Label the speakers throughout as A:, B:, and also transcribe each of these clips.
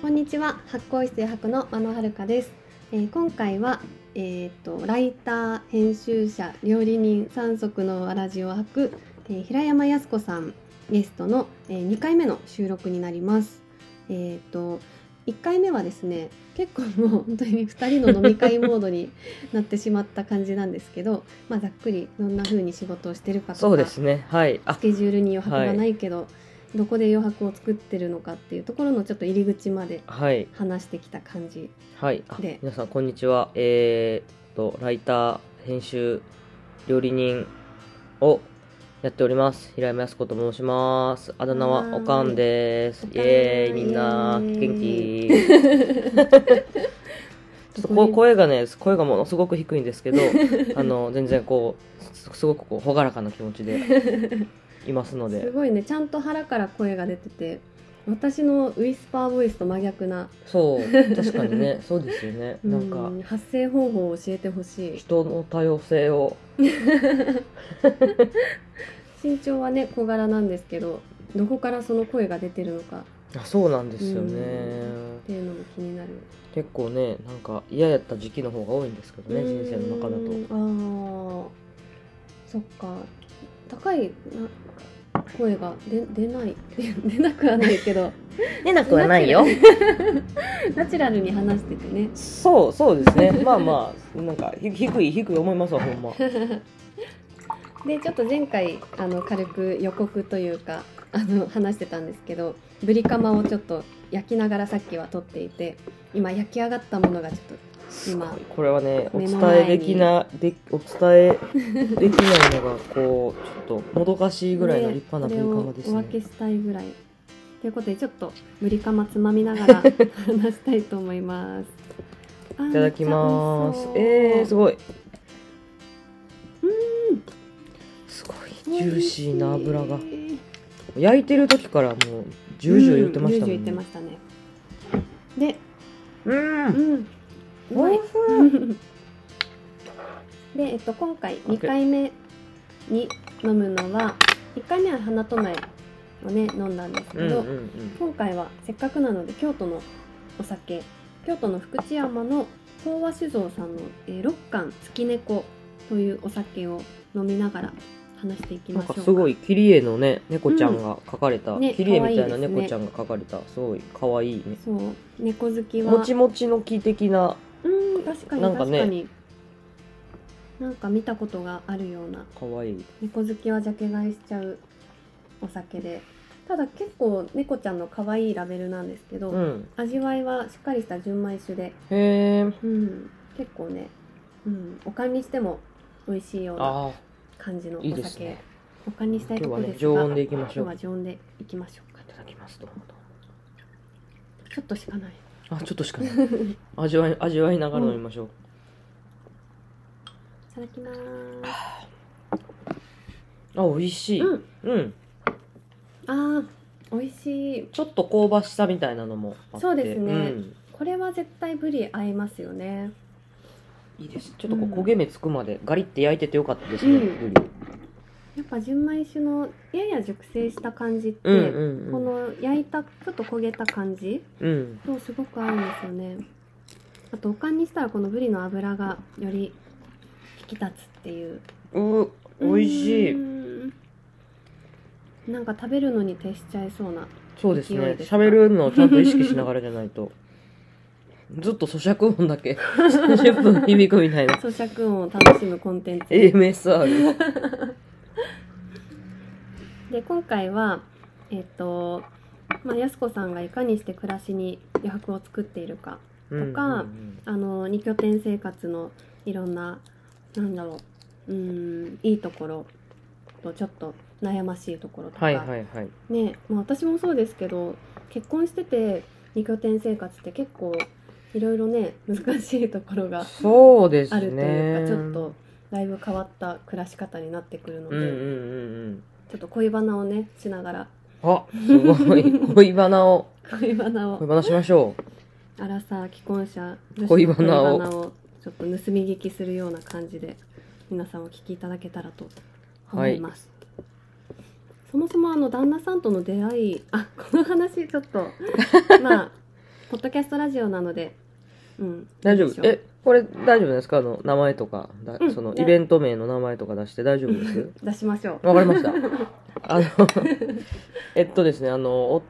A: こんにちは発行室発の真野遥です、えー今回はえーとライター編集者料理人三足のわらじを履く、えー平山靖子さんゲストの、え2回目の収録になりますえっ、と1回目はですね結構もう本当に2人の飲み会モードになってしまった感じなんですけど、まあ、ざっくりどんな風に仕事をしてるかとか
B: そうですね。はい。あ
A: ス、ケジュールに余白がないけど、どこで余白を作ってるのかっていうところのちょっと入り口まで
B: はい。
A: 話してきた感じ
B: はい。あ
A: で
B: 皆さん、こんにちは。えー、っと、ライター、編集、料理人をやっております。平山靖子と申します。あだ名
A: はーい
B: はおかんです
A: お。かん
B: イエーイ、みんな、
A: イエーイ
B: 元気。ち ょっとこう声がね、声がものすごく低いんですけど、 あの、全然こう、すすごくこう、ほがらかな気持ちでいますの
A: す
B: で、
A: ごいねちゃんと腹から声が出てて私のウィスパーボイスと真逆な
B: そう、確かにね、そうですよね。なんか
A: う、ん発声方法を教えてほしい
B: 人の多様性を
A: 身長はね小柄なんですけどどこからその声が出てるのか
B: あそうなんですよね、
A: うんっていうのも気になる、
B: 結構ねなんか嫌やった時期の方が多いんですけどね人生の中だと
A: とあーそっか高いな声が出出ない 出なくはないけど
B: 出な
A: くはないよナチュラルに話しててね
B: そうそうですねまあまあなんかひ低い低い思いますわほんま
A: でちょっと前回あの軽く予告というか あの話してたんですけどぶりカマをちょっと焼きながらさっきは撮っていて今焼き上がったものがちょっと今
B: これはねお
A: 目の
B: 伝
A: 前に
B: えできなでお伝えできないのがこうちょっともどかしいぐらいの
A: ね
B: 立派な
A: これ
B: ブリカ
A: を
B: マです
A: お
B: ね
A: 分けしたいぐらいということでちょっとぶりカマつまみなが ら話したいと思いますい
B: いただきますえー、す
A: ごい
B: ごいすごいジューシーな油が焼いてる時からもうジュージュー言ってましたも
A: うんジュージュー言って
B: ん
A: ま
B: ね
A: したねで
B: う
A: う
B: ん
A: んうまい
B: い
A: で、えっと、今回2回目に飲むのは1回目は花と苗をね飲んだんですけ
B: うんうん
A: ど、
B: うん
A: 今回はせっかくなので京都のお酒京都の福知山の東和酒造さんの、えー、六貫月猫というお酒を飲みながら話していき
B: な
A: ま
B: ん
A: しょう
B: か
A: か
B: すごいキリエのね猫ちゃんが描かれた、
A: うんね
B: キリエみたいな
A: 可愛いですね
B: 猫ちゃんが描かれたすごい可愛いね
A: そう猫好きは
B: もちもちの木的な
A: うん確かに
B: なん
A: 確
B: か
A: か
B: ね
A: になんか見たことがあるような
B: 可愛い
A: 猫好きはジャケ買いしちゃうお酒でただ結構猫ちゃんの可愛いラベルなんですけど、
B: うん
A: 味わいはしっかりした純米酒で、
B: へえ
A: うん、結構ね、うん、おかんにしても美味しいような
B: あ
A: 感じのお
B: ー
A: 酒
B: いいですね
A: おかんにしたい
B: 今日
A: とこ
B: は
A: ろ
B: ね
A: ですが
B: 常温でいきましょ
A: 今日
B: う
A: は常温でいきましょうか
B: いただきますどうぞ
A: ちょっとしかない
B: あちょっとしかない味わい味わいながら飲みましょう、
A: いただきます
B: あ美味しい
A: うん
B: うん
A: あー美味しい
B: ちょっと香ばしさみたいなのもあって
A: そうですね
B: ん
A: これは絶対ブリ合いますよね
B: いいですちょっとこう
A: うん
B: 焦げ目つくまでガリって焼いててよかったです
A: う
B: ね、
A: ん
B: ブリ
A: やっぱ純米酒のやや熟成した感じって、
B: うんうんうん
A: この焼いたちょっと焦げた感じ
B: うん
A: とすごく合うんですよねあとおかんにしたらこのぶりの脂がより引き立つっていう
B: う美味し
A: う
B: い
A: ーんなんか食べるのに徹しちゃいそうな
B: そうです
A: 勢い
B: ね
A: ですか
B: 喋るのをちゃんと意識しながらじゃな いとずっと咀嚼音だけ30分響くみたいな
A: 咀嚼音を楽しむコンテンツ
B: AMSR
A: で今回はえっとまあ、やす子さんがいかにして暮らしに余白を作っているか
B: うん
A: とかあの二拠点生活のいろんななんだろううーんいいところとちょっと悩ましいところとか、
B: はいはいはい
A: ねまあ、私もそうですけど結婚してて二拠点生活って結構いろいろね難しいところが
B: そうです
A: あるという
B: ね
A: かちょっとだいぶ変わった暮らし方になってくるので、
B: うんうんうん
A: ちょっと恋バナをねしながら
B: うんあすごい恋バナを
A: 恋バナを
B: 恋バナしましょ
A: アラサー既婚者
B: 恋バナを
A: 女子の恋バナをちょっと盗み聞きするような感じで皆さんお聞きいただけたらと思います、 そもそもあの旦那さんとの出会いあこの話ちょっとまあポッドキャストラジオなので、うん、
B: 大丈
A: いいでし
B: 夫
A: ょう
B: えこれ大丈夫ですかあの名前とか、だ
A: うん
B: その
A: ね
B: イベント名の名前とか出して大丈夫です
A: 出しましょう。
B: わかりましたあのえっとですねあのお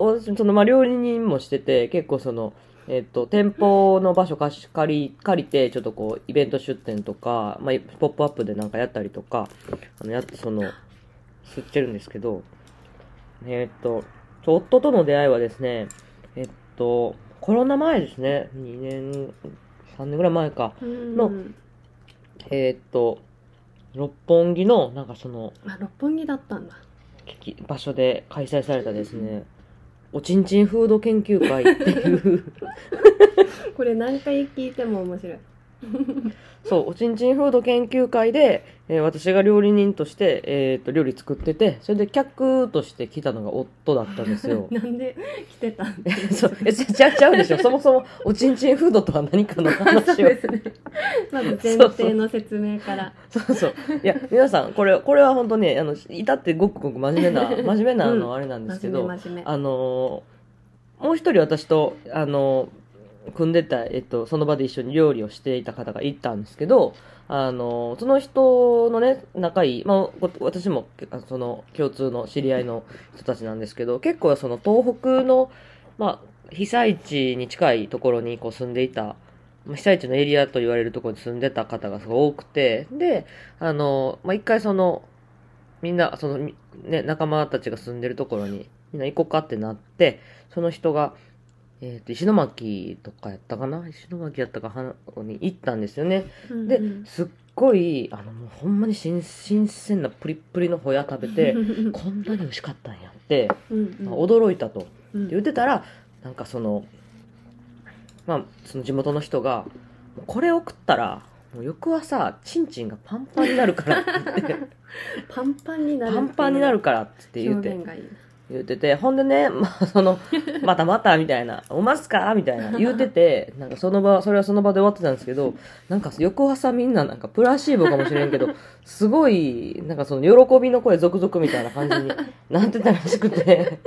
B: おそのまあ料理人もしてて結構そのえっと、店舗の場所貸し借り借りて、ちょっとこう、イベント出店とか、まあ、ポップアップでなんかやったりとか、あのやっその、吸ってるんですけど、えっと、夫との出会いはですね、えっと、コロナ前ですね、2年、3年ぐらい前か、
A: うん
B: のえっと、六本木の、なんかその、
A: あ六本木だったんだ。
B: き場所で開催されたですね、おちんちんフード研究会っていう、
A: これ何回聞いても面白い。。
B: そう、おちんちんフード研究会で、えー私が料理人として、えー、と料理作ってて、それで客として来たのが夫だったんですよ
A: なんで来てたんで
B: そう、え、ちゃちゃうでしょ。そもそも、おちんちんフードとは何かの
A: そう
B: 話を
A: で。すね。まず前提の説明から。
B: そうそう。いや、皆さん、これ、これは本当ね、あの、至ってごくごく真面目な、真面目な、あ
A: う
B: の、あれなんですけ
A: 真
B: ど、
A: 面目真面目。
B: あのーもう一人私と、あのー組んでた、えっと、その場で一緒に料理をしていた方がいたんですけど、あのーその人のね、仲いい、まあ、こ私も、あその、共通の知り合いの人たちなんですけど、結構その東北の、まあ、被災地に近いところにこう住んでいた、まあ被災地のエリアと言われるところに住んでた方がすごい多くて、で、あのーまあ、一回その、みんな、その、みね、仲間たちが住んでるところに、みんな行こうかってなって、その人が、えっ、と、石巻とかやったかな石巻やったか、はに行ったんですよね。
A: うん
B: で
A: うん、
B: すっごい、あの、もうほんまに新新鮮なプリップリのホヤ食べて
A: う、ん
B: こんなに美味しかったんやって、
A: うん、
B: 驚いたと。
A: うん
B: 言ってたらなんかそのまあその地元の人が「これを食ったらもう翌朝チンチンがパンパンになるか ら」って言って
A: パンパンになる。
B: パンパンになるから」って言っ
A: 表
B: て
A: 現がいい。
B: 言っててほんでね、 まあ、その「またまた」みたいな「おますか?」みたいな言うててなんかその場それはその場で終わってたんですけどなんか翌朝みんななんかプラシーボかもしれんけどすごいなんかその喜びの声続々みたいな感じになってたらしくて。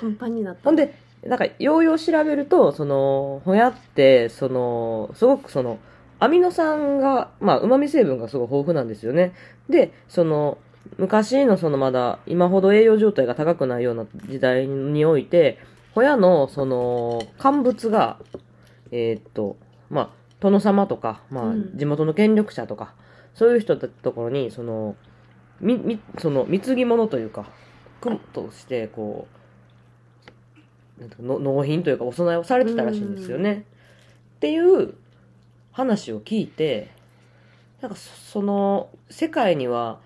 A: パンパンになった。
B: ほんで、なんか、ようよう調べると、その、ホヤって、その、すごくその、アミノ酸が、まあ、旨味成分がすごい豊富なんですよね。で、その、昔のそのまだ、今ほど栄養状態が高くないような時代において、ホヤの、その、乾物が、えーっと、まあ、殿様とか、ま
A: う
B: あ
A: ん、
B: 地元の権力者とか、そういう人たちのところに、その、み、み、その、貢ぎ物というか、くとして、こう、なんていうかの納品というか、お供えをされてたらしいんですよね。っていう話を聞いて、なんかそ、その、世界には、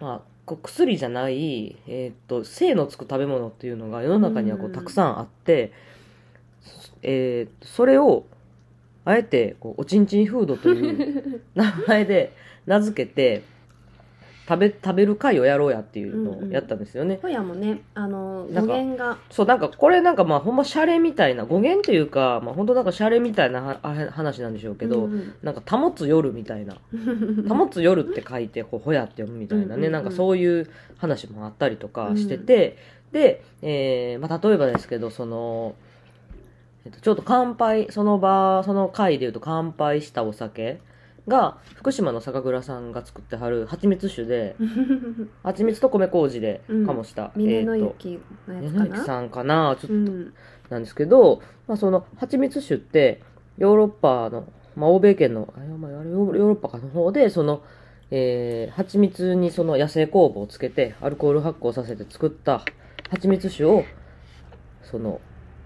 B: まあ、こう薬じゃない、えーっと、性のつく食べ物っていうのが世の中にはこ
A: う
B: うんたくさんあって、そえーっとそれを、あえて、こう、おちんちんフードという、 名前で名付けて食べ食べる会をやろうやっていうのをやったんですよね。
A: ホヤもね、あの
B: なん
A: 語
B: か
A: 源が
B: そうなんかこれなんかまあほんまシャレみたいな語源というか、まあ、ほんとなんかシャレみたいなはあ話なんでしょうけど、
A: うん
B: なんか「保つ夜」みたいな
A: うん
B: 「保つ夜」って書いて「こうほや」って読むみたいな
A: うんうん
B: ね、
A: うん
B: なんかそういう話もあったりとかしてて、で、えーまあ、例えばですけどその、えっと、ちょっと乾杯その場その回でいうと乾杯したお酒が福島の酒蔵さんが作ってはる蜂蜜酒で蜂蜜と米麹で
A: うん
B: 醸した、
A: 峰
B: と
A: の雪のやつ
B: 峰
A: か
B: 之
A: な。
B: さんかなちょっと
A: うん
B: なんですけど、まあ、その蜂蜜酒ってヨーロッパの、まあ、欧米圏のあれまああれヨーロッパかの方でその、えー、蜂蜜にその野生酵母をつけてアルコール発酵させて作った蜂蜜酒をその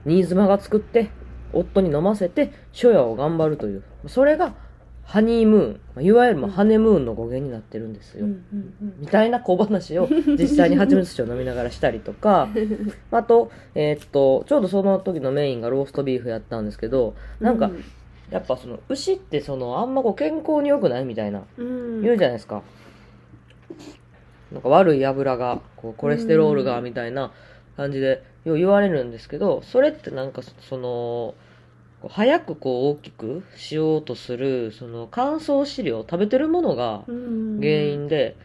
B: 新妻が作って夫に飲ませて初夜を頑張るというそれがハニームーンまあいわゆるもうハネムーンの語源になってるんです
A: うんう
B: よ、
A: ん
B: みたいな小話を実際に蜂蜜酒を飲みながらしたりと か
A: うん
B: あと、えーっと、ちょうどその時のメインがローストビーフやったんですけど、 なんか、やっぱその、牛ってその、あんまこう健康に良くないみたいな、
A: うん、
B: 言うじゃないですか。なんか悪い油が、こう、コレステロールが、みたいな感じで、よう言われるんですけど、それってなんかそ、その、こう早くこう大きくしようとする、その乾燥飼料、食べてるものが
A: うん
B: 原因で、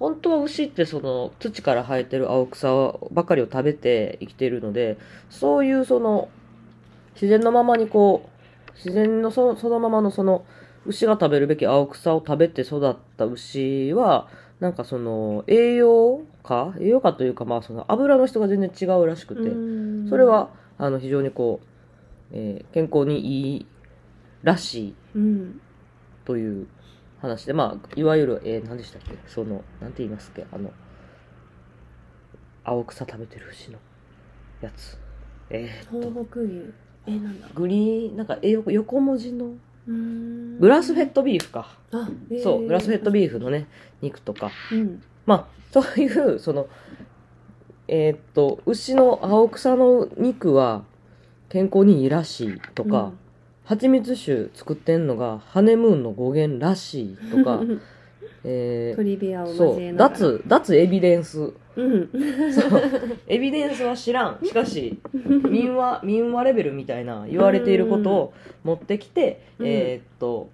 B: 本当は牛ってその土から生えてる青草ばかりを食べて生きているのでそういうその自然のままにこう、自然のそそのままのその、牛が食べるべき青草を食べて育った牛は、なんかその、栄養価栄養価というか、まあその油の人が全然違うらしくて、
A: うん
B: それは、あの、非常にこう、えー健康にいいらしい
A: うん
B: という話で、まあ、いわゆる、えー何でしたっけその、なんて言いますっけあの、青草食べてる牛のやつ。えーっと、
A: 東北牛えなんだ
B: グリーン、なんか、えー横横文字の、
A: グ
B: グラスフェッドビーフか。
A: あ、えー
B: そう、グラスフェッドビーフのね、肉とか。
A: うん
B: まあ、そういう、その、えーっと、牛の青草の肉は健康にいいらしいとか、蜂蜜酒作ってんのがハネムーンの語源らしい
A: うん、
B: とかえ
A: ト
B: ー
A: リビアを
B: そ
A: 交え
B: う、
A: ながらう
B: 脱、脱エビデンス。
A: ん
B: そう、エビデンスは知らん。しか し、民話、民話レベルみたいな言われていることを持ってきて、
A: うん
B: えーっと、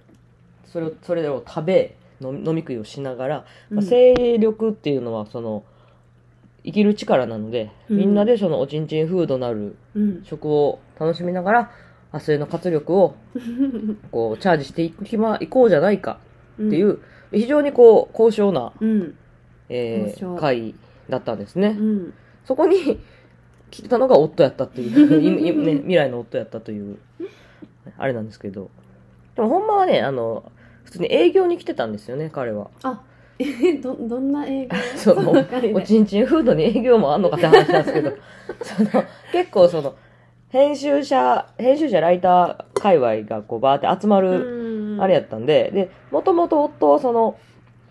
B: それを、それを食べ、飲み飲み食いをしながら、
A: う
B: まあ、
A: ん
B: 精力っていうのはその生きる力なので、
A: うん
B: みんなでそのおちんちんフードなる
A: うん
B: 食を楽しみながら明日への活力をこうチャージしていくきまいこうじゃないかっていう、非常にこう高尚な、
A: うん
B: えー
A: 高尚
B: 会だったんですね、
A: うん
B: そこに 来たのが夫やったっ ていういい、ね、未来の夫やったというあれなんですけどでもほんまはねあの普通に営業に来てたんですよね彼 は
A: あえどどん な映画
B: その
A: ばっかり
B: お
A: で
B: ちんちんフードに営業もあんのかって話なんですけど、 その、結構その、編集者、編集者ライター界隈がこうバーって集まる、
A: うん
B: あれやったんで、で、もともと夫はその、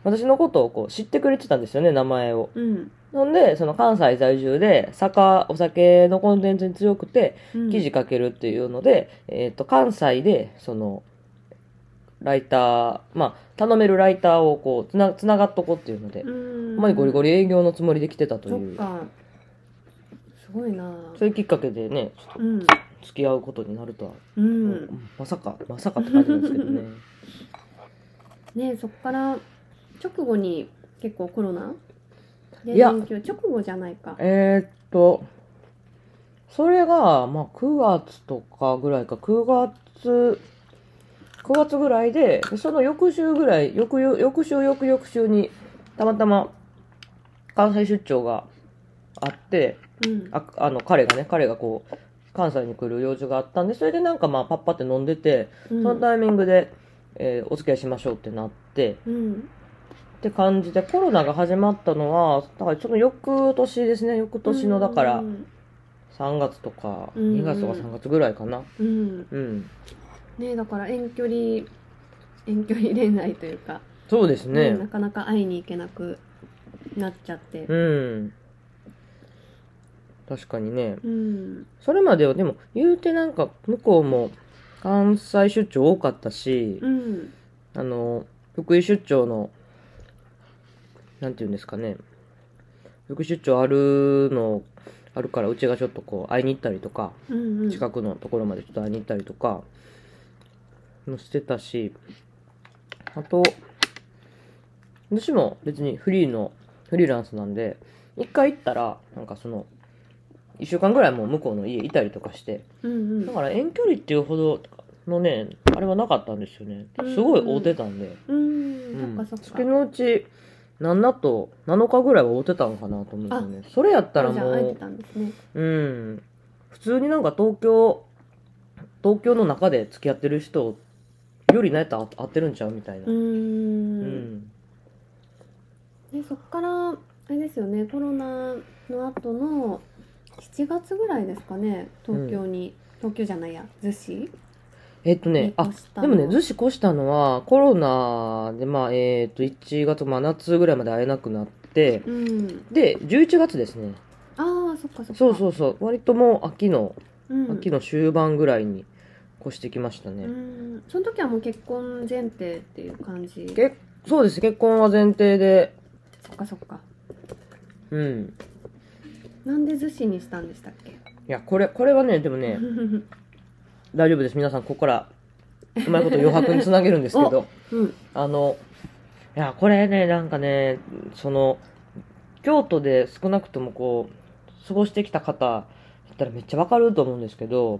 B: 私のことをこう知ってくれてたんですよね、名前を。
A: うん
B: ほんで、その関西在住で、酒、お酒のコンテンツに強くて、
A: うん
B: 記事書けるっていうので、えっ、と、関西で、その、ライター、まあ、頼めるライターをこう、つな、つながっとこうっていうので
A: う、ん
B: ほんまにゴリゴリ営業のつもりで来てたと
A: そっ
B: いう。
A: かすごいな
B: そういうきっかけでね、ちょっと
A: うん
B: 付き合うことになるとは、
A: うん
B: まさか、まさかって感じなんですけどね。
A: ねそっから直後に結構コロナで
B: いや
A: 連休直後じゃないか
B: えーっと、それが、まあ、9月とかぐらいか、9月、9月ぐらいで、でその翌週ぐらい、翌々翌週、翌々週に、たまたま、関西出張があって、
A: うん
B: ああの、彼がね、彼がこう、関西に来る用事があったんで、それでなんかまあ、パッパって飲んでて、
A: うん
B: そのタイミングで、えーお付き合いしましょうってなって、
A: うん
B: って感じで、コロナが始まったのは、だからその翌年ですね、翌年の、だから
A: う、ん
B: 3月とか、
A: うん
B: 2月とか3月ぐらいかな。
A: うん
B: うん。
A: ねだから遠距離遠距離恋愛というか、
B: そうですね
A: な。かなか会いに行けなくなっちゃって
B: うん。確かにね。
A: うん
B: それまでは、でも、言うてなんか、向こうも、関西出張多かったし
A: う、ん
B: あの、福井出張の、なんて言うんですかね。福井出張あるの、あるから、うちがちょっとこう、会いに行ったりとか、
A: うんうん
B: 近くのところまでちょっと会いに行ったりとか、もしてたし、あと、私も別にフリーの、フリーランスなんで、一回行ったら、なんかその、一週間ぐらいもう向こうの家いたりとかして、
A: うんうん
B: だから遠距離っていうほどのね、あれはなかったんですよね。すごい会うてたんで。
A: うんそっかそっ
B: 月
A: か
B: のうち、なんだと7日ぐらいは会うてたのかなと思うんですよね。それやったら
A: じゃ
B: も
A: あ会え
B: う
A: て、たんですね
B: うん。普通になんか東京、東京の中で付き合ってる人よりなんやったら合ってるんちゃうみたいな。
A: う
B: うんん。
A: でそっからあれですよねコロナの後の7月ぐらいですかね東京に、東京じゃないや逗子
B: えっと
A: に
B: ね、あ
A: 越、した
B: でもね、逗子越したのはコロナで、まあ、えっ、と、1月、まあ、夏ぐらいまで会えなくなって、
A: うん
B: で、11月ですね。
A: ああそっかそっか
B: そうそうそう。割ともう秋の、
A: うん、
B: 秋の終盤ぐらいに越してきましたね。
A: うんその時はもう結婚前提っていう感じ
B: けそうです。結婚は前提で、
A: そっかそっか
B: うん。
A: なんで逗子にしたんでしたっけ
B: いや、これ、これはね、でも ね、
A: うん
B: 大丈夫です皆さんここからうまいこと余白につなげるんですけ どあのいやこれねなんかねその京都で少なくともこう過ごしてきた方だったらめっちゃわかると思うんですけど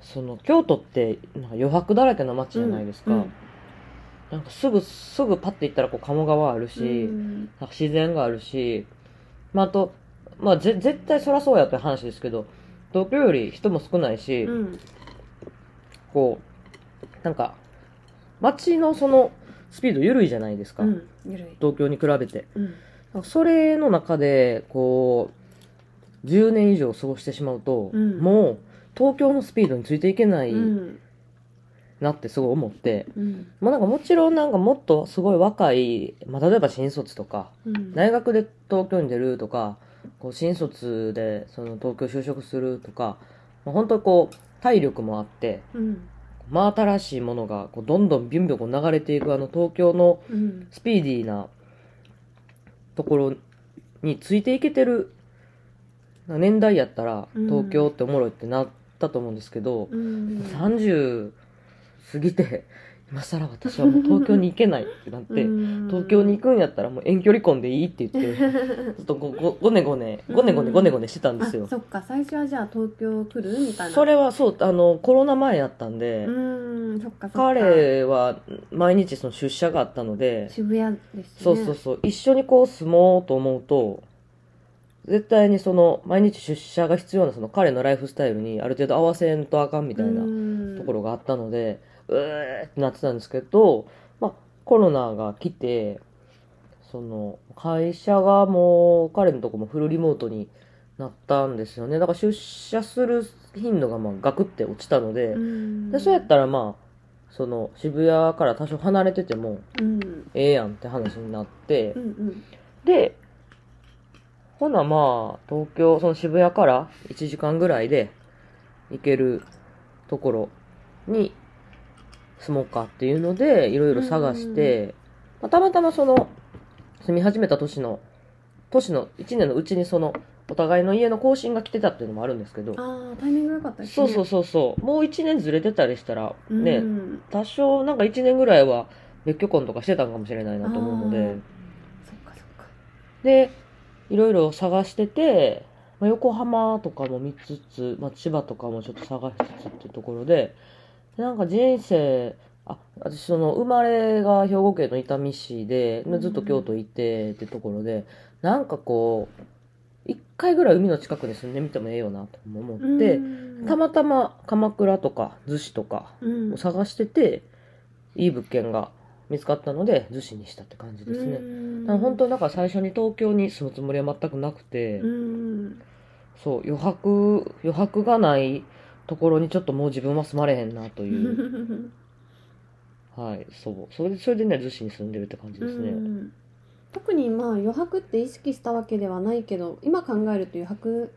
B: その京都ってなんか余白だらけの街じゃないですか、
A: うんうん
B: なんかすぐすぐパッて行ったらこう鴨川あるし、
A: うん
B: なんか自然があるし、まあ、あと、まあ、ぜ絶対そらそうやって話ですけど東京より人も少ないし、
A: うん
B: こうなんか街のそのスピード緩いじゃないですか、
A: うんゆるい
B: 東京に比べて
A: うん
B: それの中でこう10年以上過ごしてしまうと、
A: うん
B: もう東京のスピードについていけないうなんってすごい思って、
A: うん
B: まあ、なんかもちろんなんかもっとすごい若い、まあ、例えば新卒とか
A: うん
B: 大学で東京に出るとかこう新卒でその東京就職するとか、まあ、本当にこう体力もあって
A: うん
B: 真新しいものがこうどんどんビュンビュンこう流れていくあの東京の
A: うん
B: スピーディーなところについていけてる年代やったら
A: うん
B: 東京っておもろいってなったと思うんですけど、
A: うん
B: 30過ぎて今更私はもう東京に行けないってなって、
A: うん
B: 東京に行くんやったらもう遠距離婚でいいって言って ずっとごごごねごねごねごねごねごねしてたんですよ
A: あ。そっか最初はじゃあ東京来るみたいな
B: それはそうあのコロナ前やったん
A: う
B: で、
A: ーんそっかそっか
B: 彼は毎日その出社があったので
A: 渋谷ですね
B: そうそうそう、一緒にこう住もうと思うと絶対にその毎日出社が必要なその彼のライフスタイルにある程度合わせんとあかんみたいなと
A: ろ
B: ころがあったのでうーってなってたんですけど、まあ、コロナが来てその会社がもう彼のとこもフルリモートになったんですよねだから出社する頻度がまあガクって落ちたので,、でそうやったらまあその渋谷から多少離れてても
A: うん
B: ええやんって話になって、
A: うんうん
B: でほなまあ東京その渋谷から1時間ぐらいで行けるところに住もうかっていうのでいろいろ探して、まあたまたまその住み始めた年の年の1年のうちにそのお互いの家の更新が来てたっていうのもあるんですけど
A: ああタイミング良かったです
B: そ
A: ね
B: うそうそうそうもう1年ずれてたりしたらね、
A: うん
B: 多少なんか1年ぐらいは別居婚とかしてたんかもしれないなと思うの
A: あ
B: で
A: ー。そっかそっか
B: でいろいろ探してて、まあ、横浜とかも見つつ、まあ、千葉とかもちょっと探しつつっていうところででなんか人生あ私その生まれが兵庫県の伊丹市ででずっと京都行ってってところでなんかこう一回ぐらい海の近くに住んでみてもええよなとも思って、たまたま鎌倉とか逗子とか
A: うん
B: を探してて、いい物件が見つかったので逗子にしたって感じですね。
A: うん
B: あの本当になんか最初に東京に住むつもりは全くなくて、
A: うん
B: そう余白余白がないところにちょっともう自分は住まれへんなと いう、はいそうそれでそれでね逗子に住んでるって感じですね、
A: うん特にまあ余白って意識したわけではないけど今考えると余白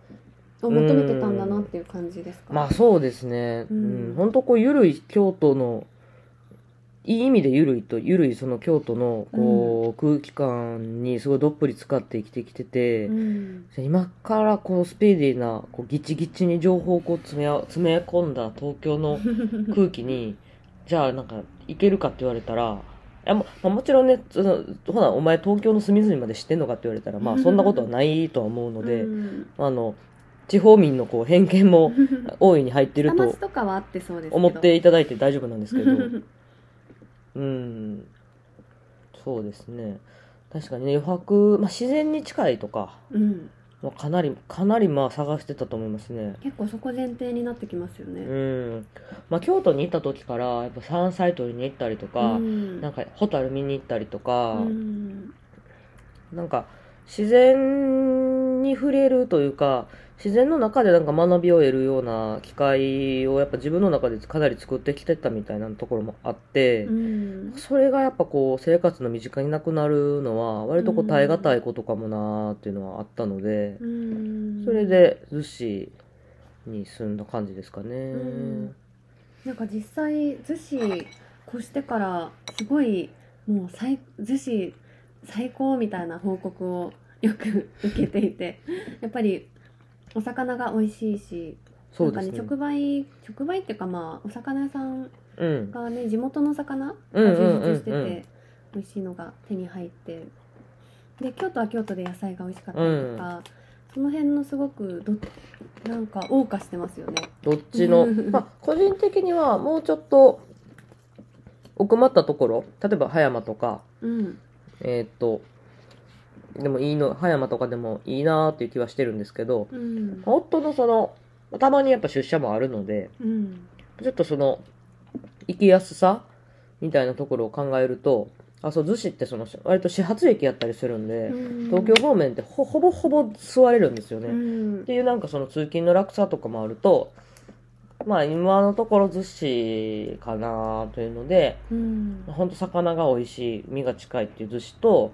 A: を求めてたんだなっていう感じですか
B: まあそうですね
A: う
B: うんん、本当こうゆるい京都のいい意味でゆるいとゆるいその京都のこう、空気感にすごいどっぷり使って生きてきてて、
A: うん
B: 今からこうスピーディーなこうギチギチに情報をこう詰め合詰め込んだ東京の空気に、じゃあなんか、行けるかって言われたら、いやもまあもちろんね、そのほな、お前東京の隅々まで知ってんのかって言われたら、まあそんなことはないとは思うので、
A: うん
B: あの、地方民のこう偏見も大いに入ってる
A: 下町
B: と
A: とかはあってそうですけど
B: 思っていただいて大丈夫なんで すけど、
A: う
B: うん、そうですね。確かにね、余白、まあ自然に近いとか、
A: ん、
B: まあかなり、かなりまあ探してたと思いますね。
A: 結構そこ前提になってきますよ
B: う
A: ね。
B: ん。まあ京都に行った時から、やっぱ山菜採りに行ったりとか、
A: うん
B: なんかホタル見に行ったりとか、
A: うん
B: なんか自然に触れるというか自然の中でなんか学びを得るような機会をやっぱ自分の中でかなり作ってきてたみたいなところもあって、
A: うん
B: それがやっぱこう生活の身近になくなるのは割とこう耐え難いことかもなーっていうのはあったので、
A: うん
B: それで逗子に住んだ感じですかね。
A: んなんか実際逗子越してからすごいもう最逗子最高みたいな報告をよく受けていて やっぱりお魚が美味しいし、
B: そう
A: な
B: で
A: んか
B: すね
A: ね直売直売っていうかまあお魚屋さん
B: うん
A: がね地元の魚が
B: うんうんうんうん
A: 充実してて美味しいのが手に入ってで京都は京都で野菜が美味しかったりとか、その辺のすごくどなんか謳歌してますよね。
B: どっちのまあ個人的にはもうちょっと奥まったところ例えば葉山とか
A: うん。
B: えーっとでもいいの葉山とかでもいいなーっていう気はしてるんですけど
A: うん。
B: 夫のそのたまにやっぱ出社もあるので
A: うん。
B: ちょっとその行きやすさみたいなところを考えるとあそう逗子ってその割と始発駅やったりするんで、東京方面ってほほぼほぼ座れるんですよね、
A: う
B: っ
A: ん。
B: ていうなんかその通勤の落差とかもあるとまあ今のところ逗子かなというので
A: うん。
B: ほんと魚が美味しい身が近いっていう逗子と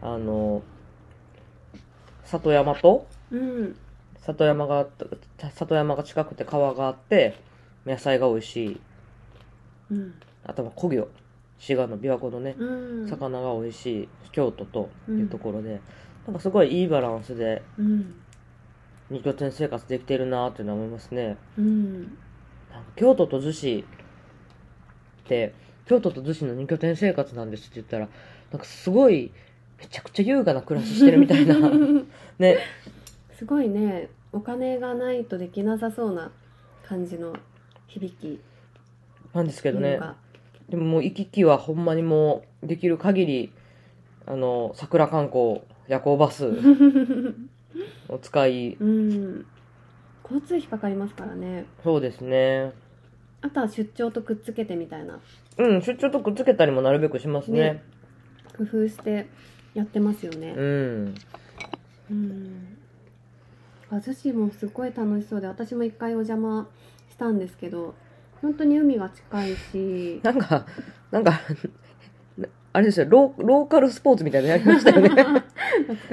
B: あの里山と
A: うん。
B: 里山があった里山が近くて川があって野菜が美味しい
A: うん。
B: あとは古魚滋賀の琵琶湖のね
A: うん。
B: 魚が美味しい京都というところで、なんかすごいいいバランスで
A: うん。
B: 二拠点生活できてるなっていうのは思いますね
A: うん。
B: なんか京都と逗子って京都と逗子の二拠点生活なんですって言ったらなんかすごいめちゃくちゃ優雅な暮らししてるみたいなね
A: すごいね、お金がないとできなさそうな感じの響き
B: なんです
A: け
B: けどねでももう行き来はほんまにもうできる限りあの桜観光夜行バスを使い
A: うん。交通費かかりますからね。
B: そうですね
A: あとは出張とくっつけてみたいな
B: うん出張とくっつけたりもなるべくしますね
A: 工夫してやってますよね。
B: うん
A: うん。あ逗子もすごい楽しそうで、私も一回お邪魔したんですけど、本当に海が近いし、
B: なんかなんかあれですよローローカルスポーツみたいなのやりました よね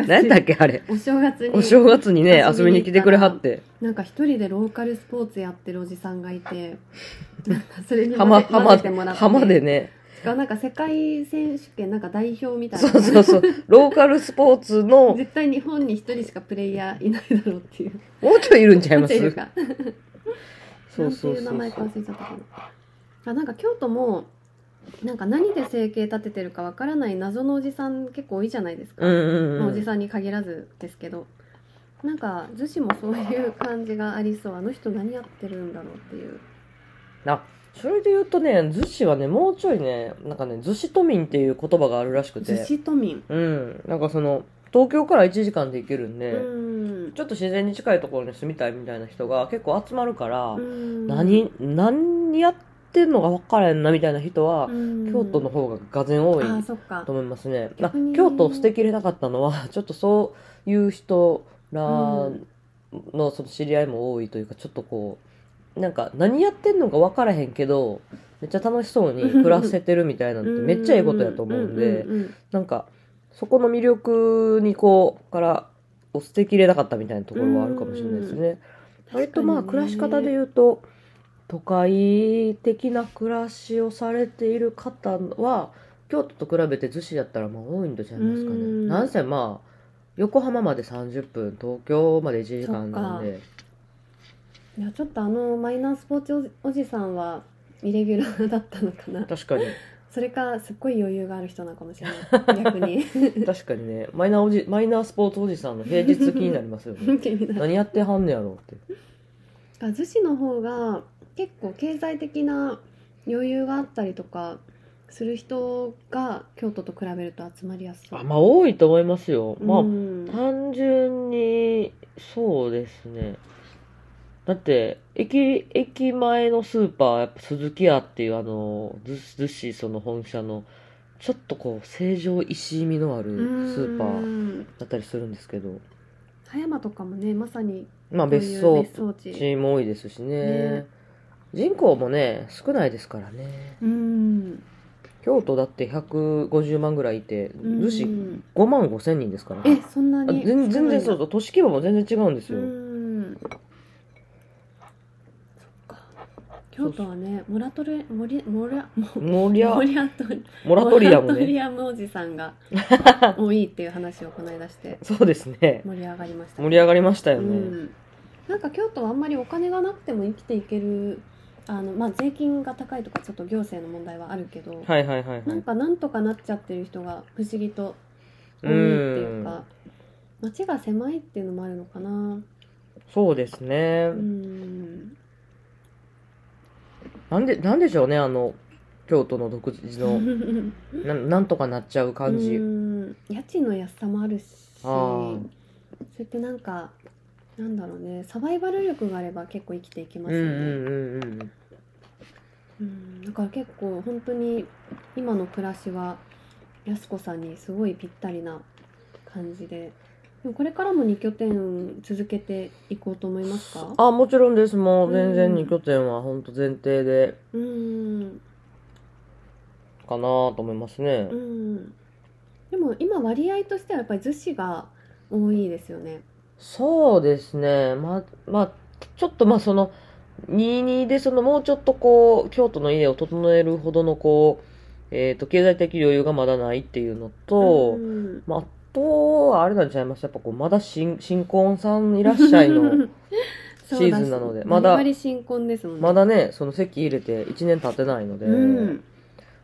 B: 何やったっけあれ
A: お正月
B: お
A: に
B: 正月にね遊
A: 遊び
B: びに
A: に
B: 来
A: 来
B: て
A: て
B: く
A: く
B: れ
A: れ
B: は
A: は
B: っ
A: ってなんか一人でローカルスポーツやってるおじさんがいて、 なんかそれに
B: 浜
A: 混ぜ混
B: 浜
A: ぜてもらって、
B: 浜でね
A: なんか世界選手権なんか代表みたい
B: そ
A: な。
B: うそうそうローカルスポー ツの
A: 絶対日本に一人しかプレイヤーいないだろうっていう。
B: もうちょいいるんち ゃいます
A: ホテルが
B: そうそ
A: なんて
B: う
A: いう名
B: そう
A: 前か忘れちゃったかな。あなんか京都もなんか何で生計立ててるかわからない謎のおじさん結構多いじゃないですか。
B: うんうん
A: まあ
B: う
A: おじ
B: ん
A: さんに限らずですけど。なんか逗子もそういう感じがありそうあの人何やってるんだろうっていう
B: あそれで言うとね逗子はねもうちょいねなんかね逗子都民っていう言葉があるらしく
A: 逗
B: て
A: 子都民
B: うんなんかその東京から1時間で行けるんで、
A: うん
B: ちょっと自然に近いところに住みたいみたいな人が結構集まるから、
A: うん
B: 何何やってんのか分からへんなみたいな人は、
A: うん
B: 京都の方ががぜん多い
A: あそっか
B: と思いますね。あ
A: 逆に
B: 京都を捨てきれなかったのは、ちょっとそういう人らのその知り合いも多いというか、ちょっとこう、なんか何やってんのか分からへんけど、めっちゃ楽しそうに暮らせてるみたいなのってめっちゃいいことやと思うんで
A: う、んうん
B: なんかそこの魅力にこう、から、を捨てきれなかったみたいなところはあるかもしれないですね。割とまあ暮らし方で
A: う
B: 言うと都会的な暮らしをされている方は京都と比べて逗子だったらまあ多いんじゃないですかね
A: うん
B: なんせまあ横浜まで30分東京まで1時間なんで
A: んいやちょっとあのマイナースポーツおじおじさんはイレギュラーだったのかな
B: 確かに
A: それかすっごい余裕がある人なのかもしれない 逆に
B: 確かにねマイナーおじマイナースポーツおじさんの平日気になります よね
A: 気になる
B: 何やってはんねやろうって
A: あ逗子の方が結構経済的な余裕があったりとかする人が京都と比べると集まりやすそう
B: あまあ多いと思いますよ、まあ
A: うん
B: 単純にそうですねだって駅駅前のスーパーやっぱ鈴木屋っていうあの逗子逗子その本社のちょっとこう成城石井味のあるスーパー
A: ー
B: だったりするんですけど
A: 葉山とかもねまさに
B: まあ
A: そういう
B: 別荘
A: 別荘地
B: 地も多いですしね
A: ね
B: 人口もね少ないですからね
A: うん
B: 京都だって150万ぐらいいて
A: うん
B: 逗子5万5千人ですから
A: え
B: ね
A: そんな
B: あ
A: に
B: 全全然そう
A: う
B: そう都市規模も全然違うんですよ、
A: うんそっか京都はねモラトレモリモラモ
B: もりゃ
A: モリアトリ
B: モラトリアム
A: モラト
B: ね。
A: リアムおじさん が多いっていう話をこの間して
B: そうですね。
A: 盛り上がりました
B: 盛り上がりましたよ
A: う
B: ね。
A: ん、なんか京都はあんまりお金がなくても生きていけるあの、まあ、税金が高いとかちょっと行政の問題はあるけど、
B: はいはいはいは
A: なん
B: い。
A: かなんとかなっちゃってる人が不思議と多いって
B: う。
A: いうんか、街が狭いっていうのもあるのかな。
B: そうですね
A: う。ん。
B: なんで、なんでしょうね、あの、京都の独自の、 ななんとかなっちゃう感じ。
A: うん家賃の安さもあるし
B: あ
A: そ
B: ー
A: れってなんかなんだろうねサバイバル力があれば結構生きていけま
B: うん
A: す
B: う
A: よね、
B: んうんうん。
A: うんだから結構本当に今の暮らしはやす子さんにすごいぴったりな感じででもこれからも2拠点続けていこうと思いますか
B: あ、もちろんです。もう全
A: う
B: 然
A: ん
B: 2拠点は本当前提で、
A: うん
B: かなと思いますね
A: う。んでも今割合としてはやっぱり逗子が多いですよね
B: そうですね。ま、まあ、ちょっとまあその、22でそのもうちょっとこう、京都の家を整えるほどのこう、えっ、と、経済的余裕がまだないっていうのと、
A: ん
B: まあ、あとはあれなんちゃいますやっぱこう、まだ新、新婚さんいらっしゃい の、シーズンなのでまだ
A: バリバリ新婚ですもんね
B: まだね、その席入れて1年経ってないので、
A: うん